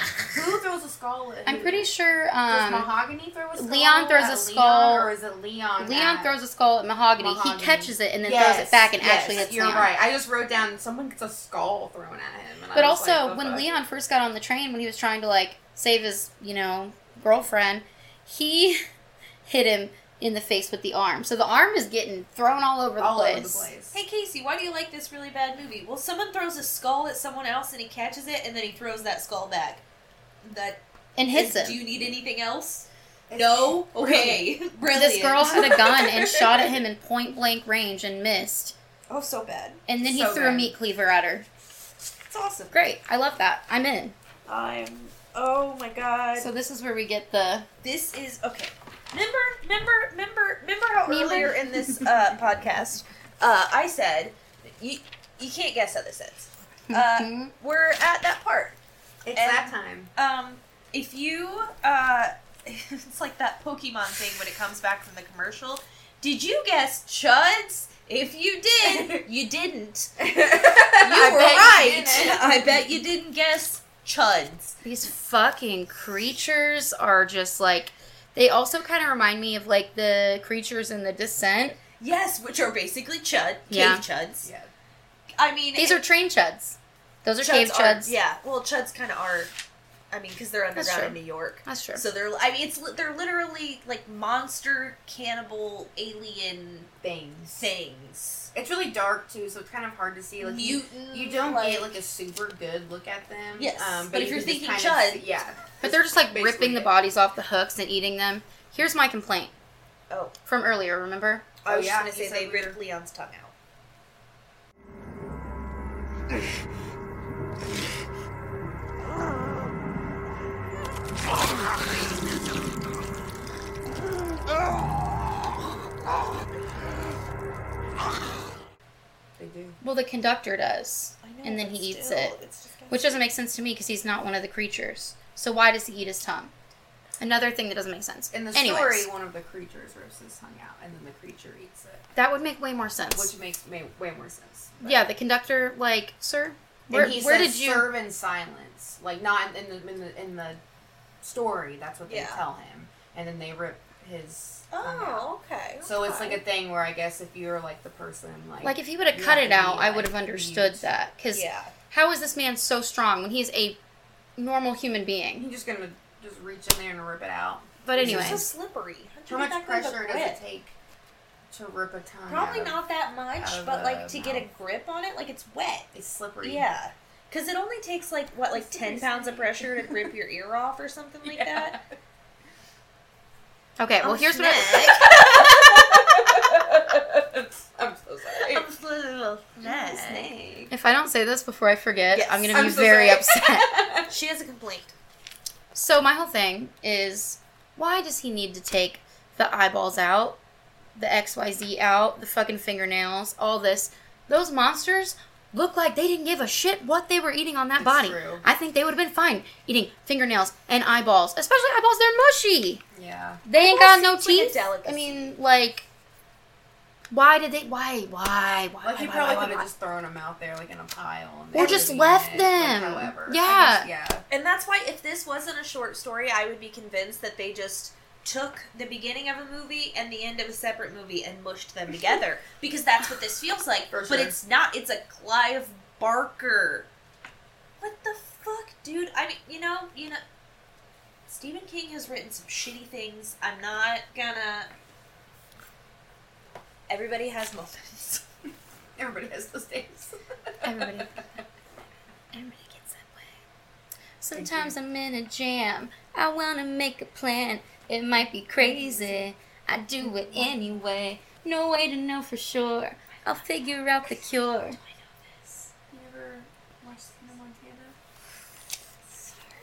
Who throws a skull at
I'm
who?
pretty sure
Does
um,
mahogany throw a skull?
Leon throws
at
a skull-
Leon, or is it Leon?
Leon
at-
throws a skull at mahogany.
Mahogany.
He catches it and then
Yes,
throws it back and
yes,
actually hits
You're
Leon.
right. I just wrote down someone gets a skull thrown at him. and I
But
was
also,
like, the
when
fuck?
Leon first got on the train, when he was trying to like save his, you know, girlfriend, he hit him in the face with the arm. So the arm is getting thrown all over the,
all
place.
over the place.
Hey Casey, why do you like this really bad movie? Well, someone throws a skull at someone else and he catches it, and then he throws that skull back. That
and hits
is-
him.
Do you need anything else?
It's-
No. Okay. Brilliant.
This girl had a gun and shot at him in point blank range and missed.
Oh, so bad.
And then he
So
threw a
good.
meat cleaver at her.
It's awesome.
Great, I love that. I'm in.
I'm. Oh my god.
So this is where we get the
this is okay. Remember, remember, remember, remember how
Remember?
earlier in this uh, podcast uh, I said you you can't guess how this ends. Uh,
Mhm.
we're at that part.
It's
And-
that time.
Um, if you, uh, it's like that Pokemon thing when it comes back from the commercial. Did you guess Chuds? If you did, you didn't. You
I
were right.
bet you didn't.
I bet you didn't guess Chuds.
These fucking creatures are just like they also kind of remind me of like the creatures in the descent.
Yes, which are basically Chud, cave
Yeah.
Chuds.
Yeah.
I mean,
These are train chuds. Those are cave
Chuds are-
chuds.
yeah, well, Chuds kind of are. I mean, because they're
That's
underground in
true.
New York.
That's true.
So they're, I mean, it's li- they're literally like monster, cannibal, alien
Things.
things.
It's really dark too, so it's kind of hard to see. Like you,
Mutant,
you don't get like a super good look at them.
Yes,
um,
but if
you
you're
can just
thinking
kind of
Chud-
see- yeah.
but they're just like
Basically
ripping the
it.
bodies off the hooks and eating them. Here's my complaint.
Oh,
from earlier, remember?
I was
yeah,
just
he
gonna say
said
they
we were-
ripped Leon's tongue out.
They do.
Well, the conductor does,
I know,
and then
but
he eats
still,
it,
it's just kinda-
which doesn't make sense to me because he's not one of the creatures. So why does he eat his tongue? Another thing that doesn't make sense.
In the
Anyways,
story, one of the creatures rips his tongue out, and then the creature eats it,
that would make way more sense.
which makes may, way more sense. But-
yeah, the conductor, like, sir,
And
where,
he
where
says,
did you?
serve in silence? Like not in, in the in the in the story. That's what they
Yeah.
tell him, and then they rip his. tongue out.
Oh, okay.
So it's like
okay.
a thing where I guess if you're like the person like
Like, if he would have
you
cut
have
it
to be,
out, I
like,
would have understood
huge.
that. Because
yeah.
how is this man so strong when he's a normal human being?
you're just gonna just reach in there and rip it out.
But
It's
anyway,
so slippery. How'd you
How
get
much
that kind of
pressure does
grip?
it take to rip a tongue?
Probably
out of-
not that much,
of
but like
the
to get a
mouth.
grip on it, like it's wet.
It's slippery.
Yeah. Because it only takes like, what, like
That's what
10
they
pounds of
say.
pressure to rip your ear off or something like that?
okay. Well,
I'm
here's what I,
snack. I'm so sorry.
Snake.
if I don't say this before I forget,
Yes,
I'm gonna be
I'm so
very
sorry.
upset.
She has a complaint.
So my whole thing is why does he need to take the eyeballs out, the XYZ out, the fucking fingernails, all this? Those monsters look like they didn't give a shit what they were eating on that
It's
body.
true.
I think they would have been fine eating fingernails and eyeballs, especially eyeballs, they're mushy.
yeah.
They ain't got
Eyeballs
no
seems like a
teeth. I
delicacy.
mean, like why did they why why why
Like
why,
you
why,
probably
why,
could
why?
have just thrown them out there like in a pile, and
Or just
eaten
left
it,
them.
Like, however, I
Yeah.
guess- yeah.
And that's why if this wasn't a short story, I would be convinced that they just took the beginning of a movie and the end of a separate movie and mushed them together because that's what this feels like.
For
But
sure.
it's not. It's a Clive Barker. What the fuck, dude? I mean, you know, you know Stephen King has written some shitty things. I'm not gonna Everybody has moments.
Everybody has those days.
Everybody. Everybody gets that way. Sometimes I'm in a jam. I wanna make a plan. It might be crazy. I do it anyway. No way to know for sure. I'll figure out the cure.
You ever watched Hannah Montana?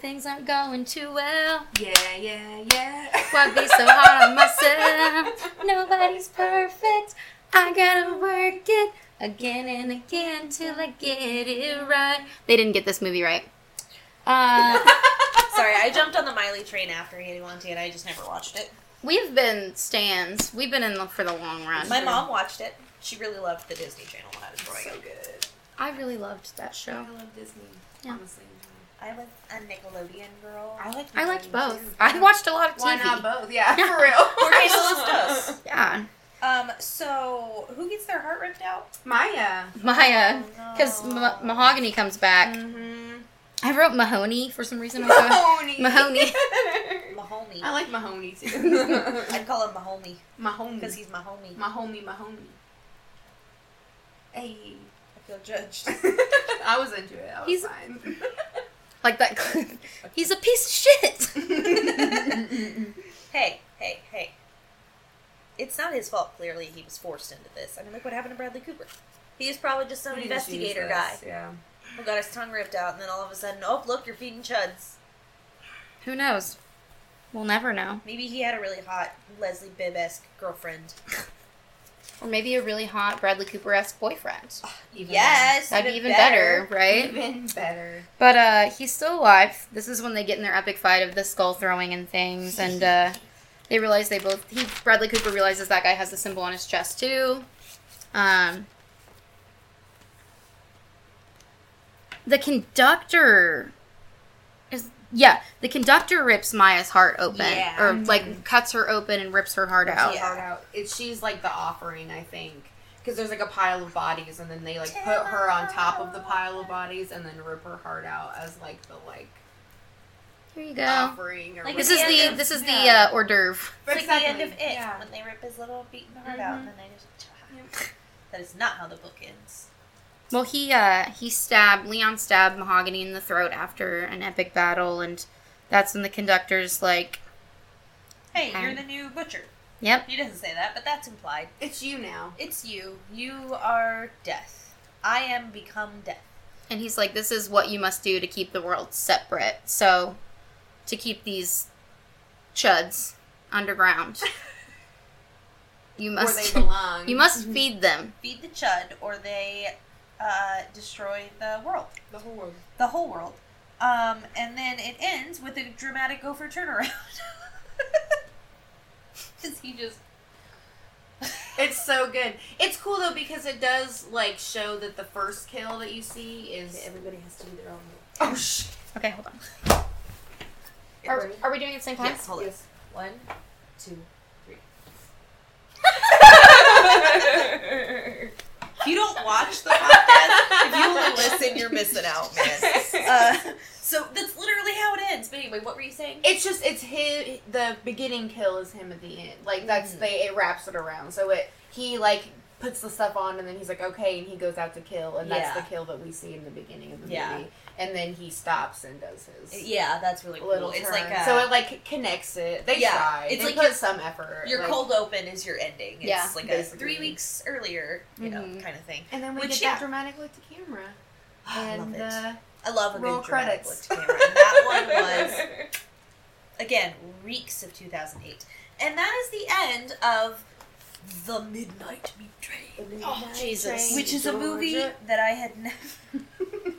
Things aren't going too well.
Yeah, yeah, yeah.
Why be so hard on myself? Nobody's perfect. I gotta work it again and again till I get it right. They didn't get this movie right. Uh.
Sorry, I jumped on the Miley train after Hannah Montana. I just never watched it.
We've been stands. We've been in the, for the long run.
My mom watched it. She really loved the Disney Channel when I was growing up.
good.
I really loved that show.
I love Disney.
Yeah.
Honestly.
I was a Nickelodeon girl.
like.
I liked both.
Disney, too.
I watched a lot of TV.
Why not both? Yeah, for real.
Okay, so let's do
Yeah,
Um, so who gets their heart ripped out?
Maya.
Maya, because
no.
uh, Mahogany comes back.
Mm-hmm.
I wrote Mahoney for some reason. I
Mahoney.
Mahoney.
Mahoney.
I like Mahoney too.
I'd call him Mahoney
Mahoney.
because he's Mahoney.
Mahoney, Mahoney. Hey.
I feel judged.
I was into it. I was
He's-
fine.
like that. He's a piece of shit.
hey, hey, hey. It's not his fault. Clearly, he was forced into this. I mean, look what happened to Bradley Cooper. He was probably just some investigator guy
Yeah.
who got his tongue ripped out, and then all of a sudden, oh look, you're feeding chuds.
Who knows? We'll never know.
Maybe he had a really hot Leslie Bibb esque girlfriend.
Or maybe a really hot Bradley Cooper-esque boyfriend.
Even
Yes,
That'd be even better,
better.
right?
Even better.
But uh, he's still alive. This is when they get in their epic fight of the skull throwing and things, and uh, they realize they both. He Bradley Cooper realizes that guy has the symbol on his chest too. Um, the conductor is yeah. The conductor rips Maya's heart open,
Yeah.
or like cuts her open and rips her heart out.
Yeah.
Heart out. It, she's like the offering, I think. Because there's like a pile of bodies, and then they like put her on top of the pile of bodies, and then rip her heart out as like the like
Here you go.
offering. Or
Like
This
at
is
the
the
end of-
this is
Oh, yeah.
the uh, hors d'oeuvre.
It's like the end
Exactly,
of it
yeah. Mm-hmm.
when they rip his little beaten heart out, and then they just. That is not how the book ends.
Well, he uh he stabbed Leon stabbed Mahogany in the throat after an epic battle, and that's when the conductor's like,
Hey,
Okay.
you're the new butcher.
Yep.
He doesn't say that, but that's implied.
It's you now.
It's you. You are death. I am become death.
And he's like, this is what you must do to keep the world separate. So, to keep these chuds underground, you
Where they
must
belong.
you must feed them.
Feed the chud, or they uh, destroy the world,
The whole world.
the whole world. Um, and then it ends with a dramatic gopher turnaround. Because he just
It's so good. It's cool though because it does like show that the first kill that you see is everybody has to do their own. Oh shit!
Okay, hold on. Are, are we doing it at the same time?
yes, hold
Yes.
it. One, two, three. if you don't watch the podcast, if you only listen, you're missing out, man. Uh, so that's literally how it ends. But anyway, what were you saying?
It's just it's him. The beginning kill is him at the end. Like that's
Mhm.
they it wraps it around. So it he like puts the stuff on and then he's like okay and he goes out to kill and that's
Yeah.
the kill that we see in the beginning of the
Yeah.
movie and then he stops and does his
Yeah, that's really cool.
little
it's
turn.
like a,
so it like connects it. They
Yeah.
try.
It's
They
like
put
your-
some effort.
your
like-
cold open is your ending. It's
Yeah,
like a
basically.
three weeks earlier, you know,
Mhm.
kind of thing.
and then we
Which
get
it-
that dramatic look to camera
I love
and
it.
uh,
I love a
roll
good dramatic
credits.
look to camera. And that one was again reeks of 2008 and that is the end of the midnight meat train
Oh, Jesus. Train
which is a movie that i had never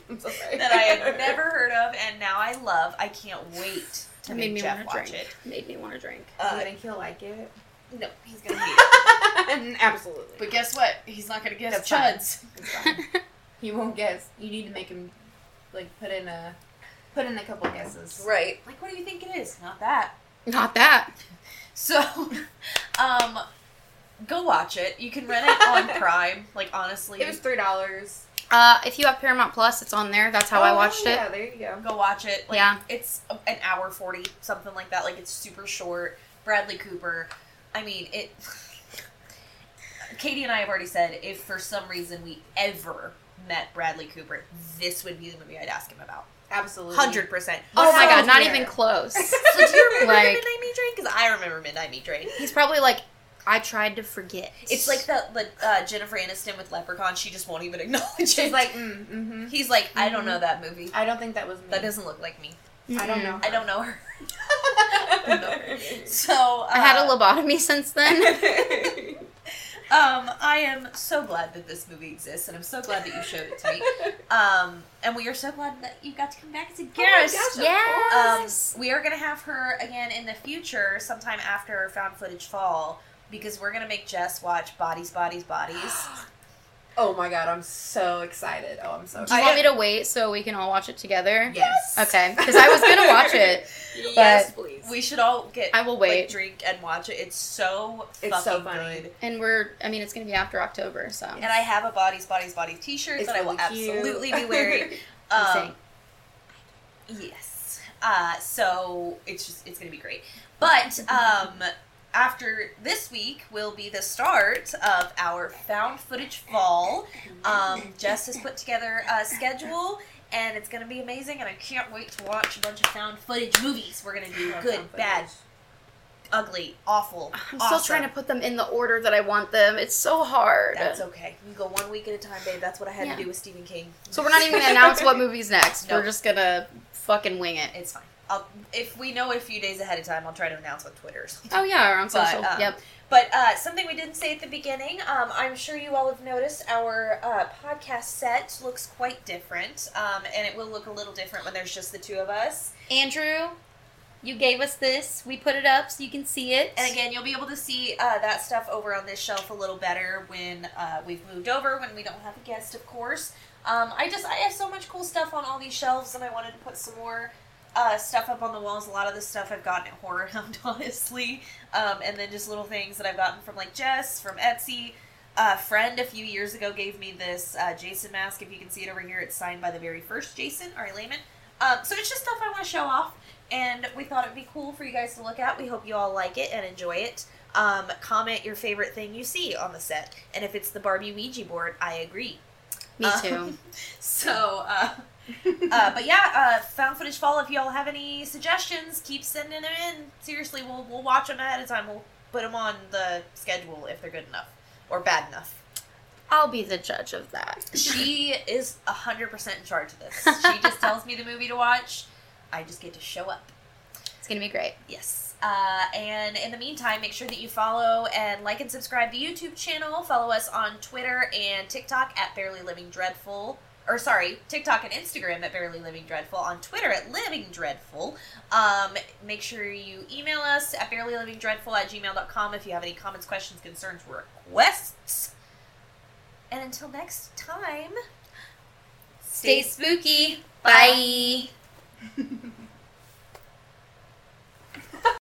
I'm so sorry.
that i had never heard of and now i love i can't wait to
It made
make
me
jeff
want to
watch
drink.
it
Made me want to drink.
Do
uh,
you think he'll like it?
no he's gonna hate it
Absolutely.
but guess what he's not gonna get
That's
chuds
It's fine. he won't guess. You need to make him like put in a put in a couple guesses.
right like what do you think it is not that
Not that.
So, um, go watch it. You can rent it on Prime. Like honestly,
It was three dollars.
Uh, if you have Paramount Plus, it's on there. That's how I watched
Oh, yeah,
it.
there you go.
go watch it. Like,
Yeah.
it's a- an hour forty, something like that. Like it's super short. Bradley Cooper. I mean, it. Katie and I have already said if for some reason we ever met Bradley Cooper, this would be the movie I'd ask him about.
Absolutely.
Hundred percent.
Oh my god,
Sounds
not
weird.
even close.
So do you remember
Like-
Midnight Meat Train? Because I remember Midnight Meat Train.
He's probably like, I tried to forget.
It's like the, the uh, Jennifer Aniston with Leprechaun. She just won't even acknowledge it.
She's like, mm, mm-hmm.
He's like, I don't know that movie.
I don't think that was me.
That doesn't look like me.
I don't know.
I don't know her.
don't
So uh,
I had a lobotomy since then.
Um, I am so glad that this movie exists, and I'm so glad that you showed it to me. Um, and we are so glad that you got to come back as a guest.
Oh gosh, of
um,
yes.
we are gonna have her again in the future, sometime after Found Footage Fall, because we're gonna make Jess watch Bodies, Bodies, Bodies.
oh my god, I'm so excited. Oh, I'm so
Do you
excited.
want me to wait so we can all watch it together?
Yes.
Okay, because I was gonna watch it.
yes, please.
We should all get
I will
like,
wait.
drink and watch it. It's so
It's so
fucking
funny.
good.
And we're, I mean, it's gonna be after October, so.
And I have a Bodies, Bodies, Bodies T-shirt
It's
that I will
really cute.
absolutely be wearing.
Insane.
Um, yes. Uh, so it's just it's gonna be great. But um, after this week will be the start of our found footage fall. Um, Jess has put together a schedule. And it's gonna be amazing, and I can't wait to watch a bunch of found footage movies. We're gonna do good, bad, ugly, awful.
I'm
awesome.
still trying to put them in the order that I want them. It's so hard.
That's okay. You go one week at a time, babe. That's what I had
Yeah.
to do with Stephen King.
So we're not even gonna announce what movie's next.
Nope.
We're just gonna fucking wing it.
It's fine. I'll, if we know a few days ahead of time, I'll try to announce on Twitter or something.
Oh yeah, or on
But,
social.
um,
yep.
But uh, something we didn't say at the beginning, um, I'm sure you all have noticed our uh, podcast set looks quite different, um, and it will look a little different when there's just the two of us.
Andrew, you gave us this. We put it up so you can see it.
And again, you'll be able to see uh, that stuff over on this shelf a little better when uh, we've moved over, when we don't have a guest, of course. Um, I just I have so much cool stuff on all these shelves, and I wanted to put some more uh, stuff up on the walls. A lot of the stuff I've gotten at Horror Hound, honestly, um, and then just little things that I've gotten from like Jess, from Etsy. A friend a few years ago gave me this uh, Jason mask. If you can see it over here, it's signed by the very first Jason, Ari Lehman. Um, so it's just stuff I want to show off, and we thought it'd be cool for you guys to look at. We hope you all like it and enjoy it. Um, comment your favorite thing you see on the set, and if it's the Barbie Ouija board, I agree.
Me
uh,
too.
So, uh, uh, but yeah, uh, found footage fall. If y'all have any suggestions, keep sending them in. Seriously, we'll we'll watch them ahead of time. We'll put them on the schedule if they're good enough or bad enough.
I'll be the judge of that.
She is 100% in charge of this. She just tells me the movie to watch. I just get to show up.
It's gonna be great.
Yes. Uh, and in the meantime, make sure that you follow and like and subscribe the YouTube channel. Follow us on Twitter and TikTok at Barely Living Dreadful. Or sorry, TikTok and Instagram at Barely Living Dreadful. On Twitter at Living Dreadful. Um, make sure you email us at barelylivingdreadful at gmail.com if you have any comments, questions, concerns, requests. And until next time,
Stay spooky. Bye.